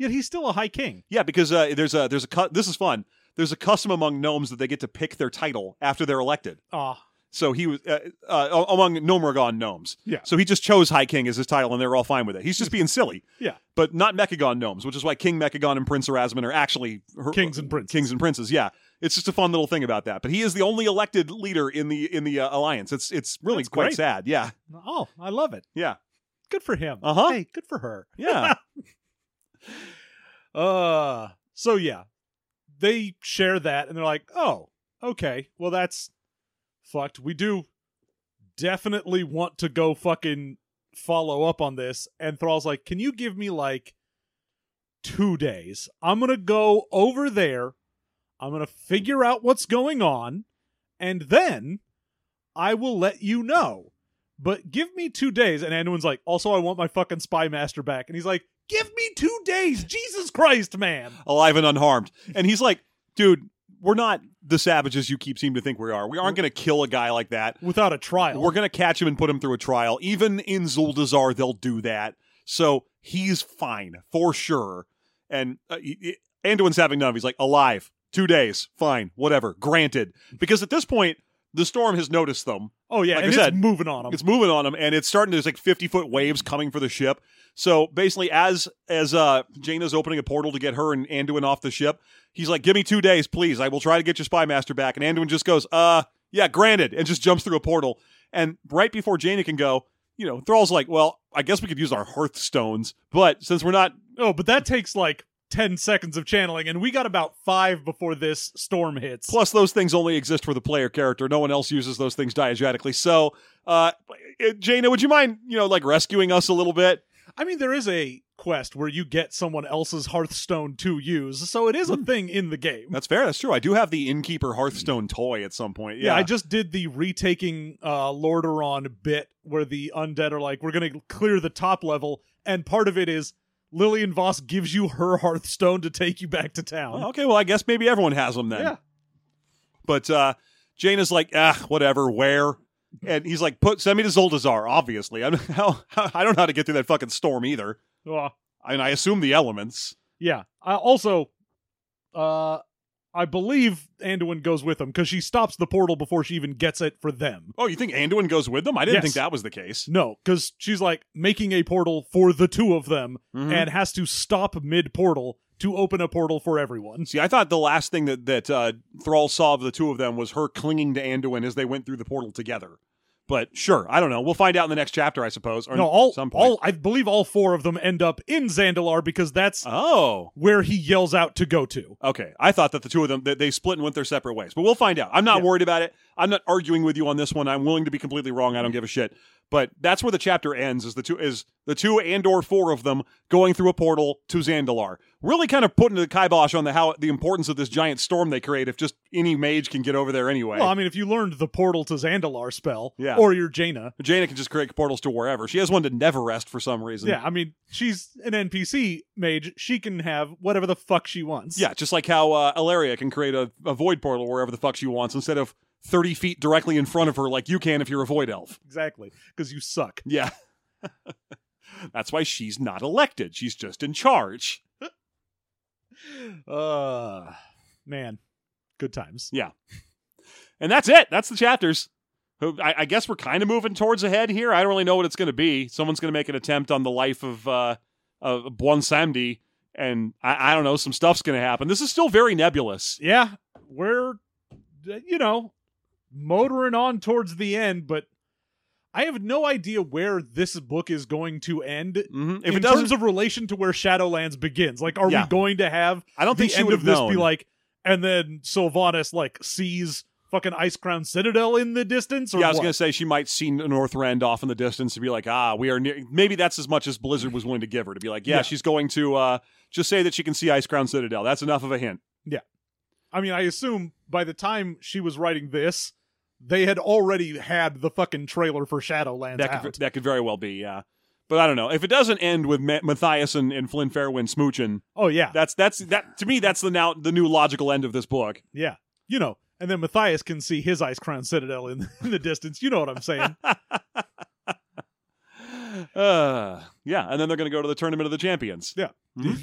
Speaker 3: Yet he's still a high king.
Speaker 2: Yeah, because uh, there's a there's a cu- this is fun. There's a custom among gnomes that they get to pick their title after they're elected.
Speaker 3: Ah,
Speaker 2: So he was uh, uh, among Nomragon gnomes.
Speaker 3: Yeah.
Speaker 2: So he just chose High King as his title, and they were all fine with it. He's just being silly.
Speaker 3: Yeah.
Speaker 2: But not Mechagon gnomes, which is why King Mechagon and Prince Erasmus are actually her-
Speaker 3: kings and princes.
Speaker 2: kings and princes. Yeah. It's just a fun little thing about that. But he is the only elected leader in the in the uh, alliance. It's it's really
Speaker 3: That's
Speaker 2: quite
Speaker 3: great.
Speaker 2: sad. Yeah.
Speaker 3: Oh, I love it.
Speaker 2: Yeah.
Speaker 3: Good for him.
Speaker 2: Uh-huh.
Speaker 3: Hey, good for her.
Speaker 2: Yeah.
Speaker 3: Uh, so yeah, they share that and they're like, oh, okay, well, that's fucked. We do definitely want to go fucking follow up on this. And Thrall's like, can you give me like two days? I'm going to go over there. I'm going to figure out what's going on. And then I will let you know. But give me two days. And Anduin's like, also, I want my fucking spy master back. And he's like, give me two days. Jesus Christ, man.
Speaker 2: Alive and unharmed. And he's like, dude, we're not the savages you keep seem to think we are. We aren't going to kill a guy like that.
Speaker 3: Without a trial.
Speaker 2: We're going to catch him and put him through a trial. Even in Zuldazar, they'll do that. So he's fine for sure. And uh, he- he- Anduin's having none of it. He's like, alive, two days, fine, whatever, granted. Because at this point, the storm has noticed them
Speaker 3: Oh yeah,
Speaker 2: Like
Speaker 3: and
Speaker 2: I
Speaker 3: it's
Speaker 2: said,
Speaker 3: moving on them.
Speaker 2: Um, It's moving on them, and it's starting. to There's like 50 foot waves coming for the ship. So basically, as as uh, Jaina's opening a portal to get her and Anduin off the ship, he's like, "Give me two days, please. I will try to get your spy master back." And Anduin just goes, "Uh, yeah, granted," and just jumps through a portal. And right before Jaina can go, you know, Thrall's like, "Well, I guess we could use our Hearthstones, but since we're not
Speaker 3: Oh, but that takes like ten seconds of channeling, and we got about five before this storm hits.
Speaker 2: Plus, those things only exist for the player character. No one else uses those things diegetically. So, uh, Jaina, would you mind, you know, like rescuing us a little bit?
Speaker 3: I mean, there is a quest where you get someone else's Hearthstone to use, so it is a
Speaker 2: Mm.
Speaker 3: thing in the game.
Speaker 2: That's fair. That's true. I do have the innkeeper Hearthstone toy at some point.
Speaker 3: Yeah,
Speaker 2: Yeah,
Speaker 3: I just did the retaking uh, Lordaeron bit where the undead are like, we're going to clear the top level, and part of it is Lillian Voss gives you her Hearthstone to take you back to town.
Speaker 2: Oh, okay. Well, I guess maybe everyone has them then.
Speaker 3: yeah.
Speaker 2: But uh, Jaina's like, ah, whatever. Where? And he's like, put send me to Zoldazar. Obviously, I'm, how, how, I don't know how to get through that fucking storm either.
Speaker 3: Well,
Speaker 2: I mean, I assume the elements.
Speaker 3: yeah. I also, uh, I believe Anduin goes with them because she stops the portal before she even gets it for them.
Speaker 2: Oh, you think Anduin goes with them? I didn't
Speaker 3: Yes.
Speaker 2: think that was the case.
Speaker 3: No, because she's like making a portal for the two of them
Speaker 2: Mhm.
Speaker 3: and has to stop mid portal to open a portal for everyone.
Speaker 2: See, I thought the last thing that that uh, Thrall saw of the two of them was her clinging to Anduin as they went through the portal together. But sure, I don't know. We'll find out in the next chapter, I suppose. Or
Speaker 3: no,
Speaker 2: in
Speaker 3: all,
Speaker 2: some point.
Speaker 3: all I believe all four of them end up in Zandalar because that's
Speaker 2: oh,
Speaker 3: where he yells out to go to.
Speaker 2: okay. I thought that the two of them that they split and went their separate ways. But we'll find out. I'm not
Speaker 3: Yeah.
Speaker 2: worried about it. I'm not arguing with you on this one. I'm willing to be completely wrong. I don't give a shit. But that's where the chapter ends. Is the two is the two and or four of them going through a portal to Zandalar? Really, kind of putting the kibosh on the how the importance of this giant storm they create. If just any mage can get over there anyway.
Speaker 3: Well, I mean, if you learned the portal to Zandalar spell,
Speaker 2: Yeah.
Speaker 3: or your Jaina,
Speaker 2: Jaina can just create portals to wherever. She has one to Neverest for some reason.
Speaker 3: yeah, I mean, she's an NPC mage. She can have whatever the fuck she wants.
Speaker 2: Yeah, just like how uh, Ilaria can create a, a void portal wherever the fuck she wants instead of 30 feet directly in front of her like you can if you're a void elf.
Speaker 3: exactly. Because you suck.
Speaker 2: Yeah. That's why she's not elected. She's just in charge.
Speaker 3: Uh, man, good times.
Speaker 2: And that's it. That's the chapters. Who- I, I guess we're kind of moving towards ahead here. I don't really know what it's going to be. Someone's going to make an attempt on the life of uh, of Buon Samdi, and I, I don't know. Some stuff's going to happen. This is still very nebulous.
Speaker 3: yeah, we're you know motoring on towards the end, but I have no idea where this book is going to end.
Speaker 2: hmm If
Speaker 3: in
Speaker 2: it doesn't,
Speaker 3: terms of relation to where Shadowlands begins, like, are
Speaker 2: Yeah.
Speaker 3: we going to have
Speaker 2: I don't
Speaker 3: the
Speaker 2: think she
Speaker 3: end
Speaker 2: would
Speaker 3: of
Speaker 2: have
Speaker 3: this
Speaker 2: known.
Speaker 3: be like, and then Sylvanas like sees fucking Ice Crown Citadel in the distance? Or
Speaker 2: yeah, I was
Speaker 3: what?
Speaker 2: gonna say she might see Northrend off in the distance and be like, ah, we are near. Maybe that's as much as Blizzard was willing to give her to be like, yeah,
Speaker 3: Yeah.
Speaker 2: she's going to uh, just say that she can see Ice Crown Citadel. That's enough of a hint.
Speaker 3: I mean, I assume by the time she was writing this, they had already had the fucking trailer for Shadowlands
Speaker 2: That
Speaker 3: out.
Speaker 2: could, that could very well be, yeah. But I don't know if it doesn't end with Ma- Matthias and, and Flynn Fairwind smooching.
Speaker 3: oh yeah,
Speaker 2: That's that's that to me. That's the now the new logical end of this book.
Speaker 3: Yeah. You know, and then Matthias can see his Ice Crown Citadel in, in the distance. You know what I'm saying?
Speaker 2: Uh, yeah, and then they're gonna go to the tournament of the champions.
Speaker 3: Yeah.
Speaker 2: Mhm.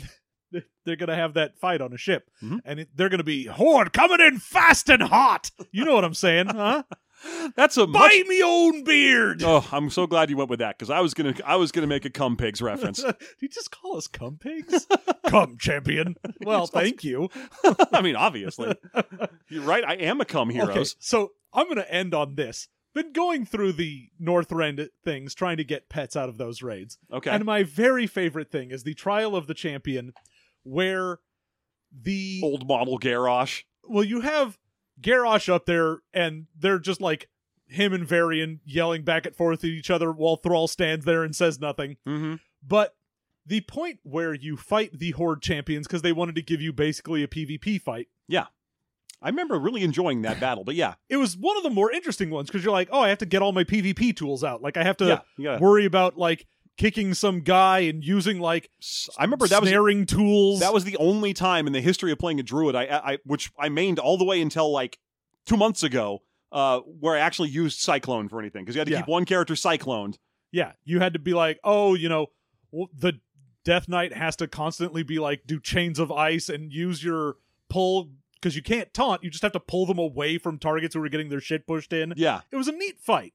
Speaker 3: They're- They're going to have that fight on a ship.
Speaker 2: Mhm.
Speaker 3: And it, they're going to be, Horde coming in fast and hot. You know what I'm saying, huh?
Speaker 2: that's a much-
Speaker 3: Buy me own beard.
Speaker 2: oh, I'm so glad you went with that because I was gonna I was gonna make a cum pigs reference.
Speaker 3: Did you just call us cum pigs? cum champion. Well, thank you.
Speaker 2: I mean, obviously. You're right. I am a cum heroes.
Speaker 3: Okay, so I'm going to end on this. Been going through the Northrend things, trying to get pets out of those raids.
Speaker 2: Okay.
Speaker 3: And my very favorite thing is the trial of the champion, where the
Speaker 2: Old model Garrosh.
Speaker 3: well, you have Garrosh up there, and they're just like him and Varian yelling back and forth at each other while Thrall stands there and says nothing.
Speaker 2: Mm-hmm.
Speaker 3: But the point where you fight the Horde champions because they wanted to give you basically a PvP fight.
Speaker 2: I remember really enjoying that battle, but yeah.
Speaker 3: It was one of the more interesting ones because you're like, oh, I have to get all my PvP tools out. Like I have to
Speaker 2: yeah, yeah.
Speaker 3: worry about like kicking some guy and using like
Speaker 2: I remember that was
Speaker 3: snaring tools.
Speaker 2: that was the only time in the history of playing a druid I, I which I mained all the way until like two months ago, uh, where I actually used Cyclone for anything because you had to
Speaker 3: Yeah.
Speaker 2: keep one character cycloned.
Speaker 3: Yeah, you had to be like, oh, you know, w- the Death Knight has to constantly be like, do chains of ice and use your pull because you can't taunt. You just have to pull them away from targets who are getting their shit pushed in.
Speaker 2: Yeah.
Speaker 3: It was a neat fight.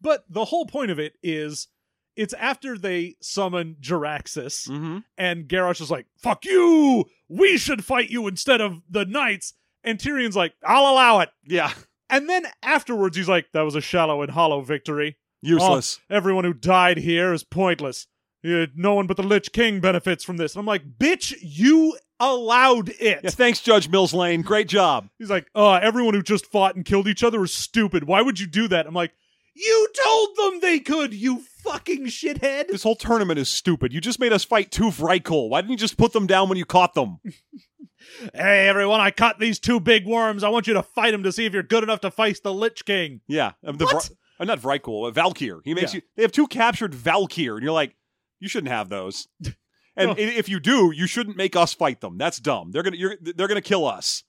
Speaker 3: But the whole point of it is it's after they summon Jiraxis
Speaker 2: Mm-hmm.
Speaker 3: and Garrosh is like, fuck you! We should fight you instead of the knights. And Tyrion's like, I'll allow it.
Speaker 2: Yeah.
Speaker 3: And then afterwards, he's like, that was a shallow and hollow victory.
Speaker 2: Useless.
Speaker 3: Everyone who died here is pointless. Uh, no one but the Lich King benefits from this. And I'm like, bitch, you allowed it.
Speaker 2: Yeah, thanks, Judge Mills Lane. Great job.
Speaker 3: He's like, uh, everyone who just fought and killed each other is stupid. Why would you do that? I'm like, you told them they could, you fucking shithead.
Speaker 2: This whole tournament is stupid. You just made us fight two Vrykul. Why didn't you just put them down when you caught them?
Speaker 3: Hey, everyone, I caught these two big worms. I want you to fight them to see if you're good enough to fight the Lich King.
Speaker 2: Yeah. um, The
Speaker 3: What?
Speaker 2: Vry- uh, not Vrykul, but Valkyr. He makes
Speaker 3: Yeah.
Speaker 2: you. They have two captured Valkyr, and you're like, you shouldn't have those. And
Speaker 3: No.
Speaker 2: i- if you do, you shouldn't make us fight them. That's dumb. They're gonna you're, they're gonna kill us.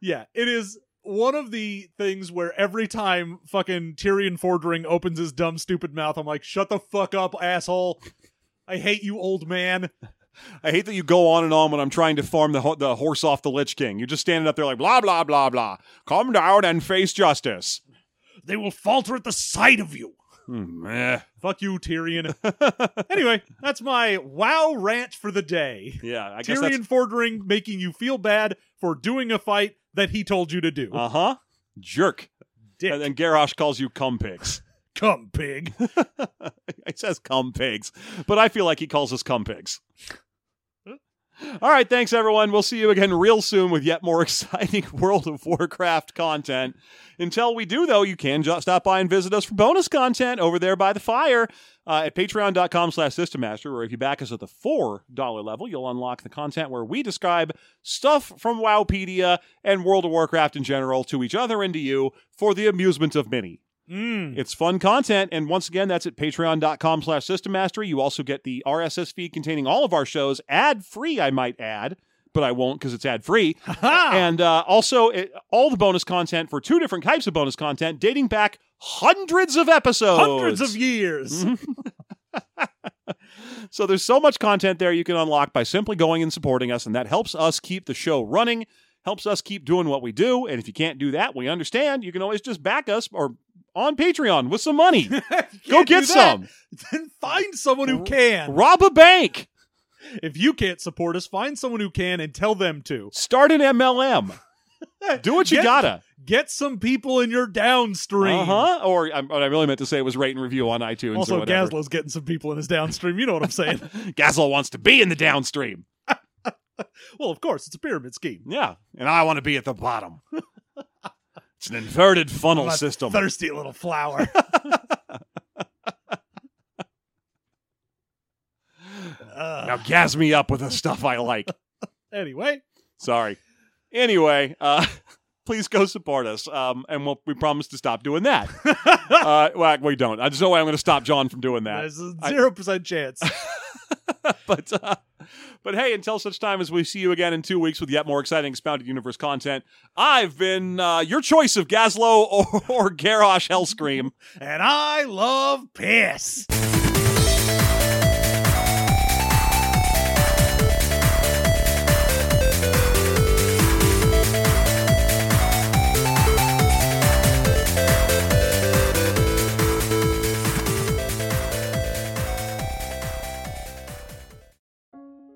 Speaker 3: Yeah, it is one of the things where every time fucking Tyrion Fordring opens his dumb, stupid mouth, I'm like, shut the fuck up, asshole. I hate you, old man.
Speaker 2: I hate that you go on and on when I'm trying to farm the ho- the horse off the Lich King. You're just standing up there like blah blah blah blah. Calm down and face justice.
Speaker 3: They will falter at the sight of you.
Speaker 2: Hmm, meh.
Speaker 3: Fuck you, Tyrion. anyway, that's my wow rant for the day.
Speaker 2: Yeah, I guess that's
Speaker 3: Tyrion Fordring making you feel bad for doing a fight that he told you to do.
Speaker 2: Uh huh. Jerk.
Speaker 3: Dick.
Speaker 2: And then Garrosh calls you cum pigs.
Speaker 3: Come, pig.
Speaker 2: he says cum pigs, but I feel like he calls us cum pigs. All right, thanks everyone. We'll see you again real soon with yet more exciting World of Warcraft content. Until we do, though, you can just stop by and visit us for bonus content over there by the fire uh, at patreon.com slash systemmaster, or if you back us at the $4 level, you'll unlock the content where we describe stuff from Wowpedia and World of Warcraft in general to each other and to you for the amusement of many.
Speaker 3: Mm.
Speaker 2: It's fun content, and once again, that's at patreon.com slash system mastery. You also get the RSS feed containing all of our shows, ad-free, I might add, but I won't because it's ad-free.
Speaker 3: Ha-ha!
Speaker 2: And uh, also, it, all the bonus content for two different types of bonus content dating back hundreds of episodes.
Speaker 3: Hundreds of years.
Speaker 2: So there's so much content there you can unlock by simply going and supporting us, and that helps us keep the show running, helps us keep doing what we do. And if you can't do that, we understand. You can always just back us or on Patreon with some money. Go
Speaker 3: Can't do
Speaker 2: get
Speaker 3: that.
Speaker 2: some.
Speaker 3: Then find someone who can.
Speaker 2: Rob a bank.
Speaker 3: If you can't support us, find someone who can and tell them to.
Speaker 2: Start an MLM. Do what you
Speaker 3: Get-
Speaker 2: gotta.
Speaker 3: Get some people in your downstream.
Speaker 2: Uh huh. Or um, what I really meant to say was rate and review on iTunes or
Speaker 3: Also,
Speaker 2: whatever.
Speaker 3: Gaslow's getting some people in his downstream. You know what I'm saying?
Speaker 2: Gasol wants to be in the downstream.
Speaker 3: well, of course, it's a pyramid scheme.
Speaker 2: Yeah, and I want to be at the bottom. it's an inverted funnel
Speaker 3: I'm a
Speaker 2: system.
Speaker 3: Thirsty little flower. Uh,
Speaker 2: Now gas me up with the stuff I like.
Speaker 3: anyway,
Speaker 2: Sorry. Anyway, uh, please go support us, um, and we'll, we promise to stop doing that. uh, well, we don't. There's no way I'm going to stop John from doing that.
Speaker 3: there's a
Speaker 2: I-
Speaker 3: zero percent chance.
Speaker 2: but uh, but hey, until such time as we see you again in two weeks with yet more exciting expounded universe content, I've been uh, your choice of Gaslow or, or Garrosh Hellscream.
Speaker 3: and I love piss.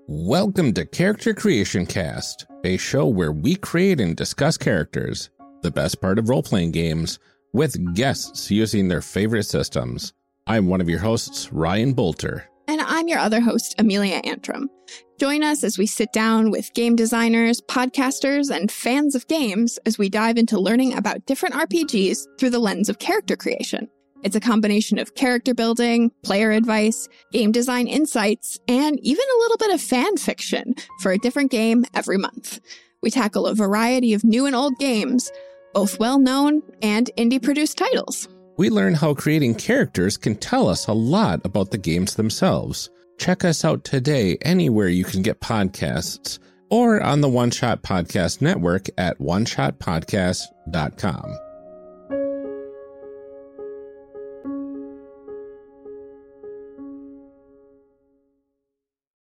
Speaker 4: Welcome to Character Creation Cast, a show where we create and discuss characters, the best part of role playing games, with guests using their favorite systems. I'm one of your hosts, Ryan Bolter.
Speaker 5: And I'm your other host, Amelia Antrim. Join us as we sit down with game designers, podcasters, and fans of games as we dive into learning about different RPGs through the lens of character creation. It's a combination of character building, player advice, game design insights, and even a little bit of fan fiction for a different game every month. We tackle a variety of new and old games, both well known and indie produced titles.
Speaker 4: We learn how creating characters can tell us a lot about the games themselves. Check us out today anywhere you can get podcasts or on the One Shot Podcast Network at oneshotpodcast.com.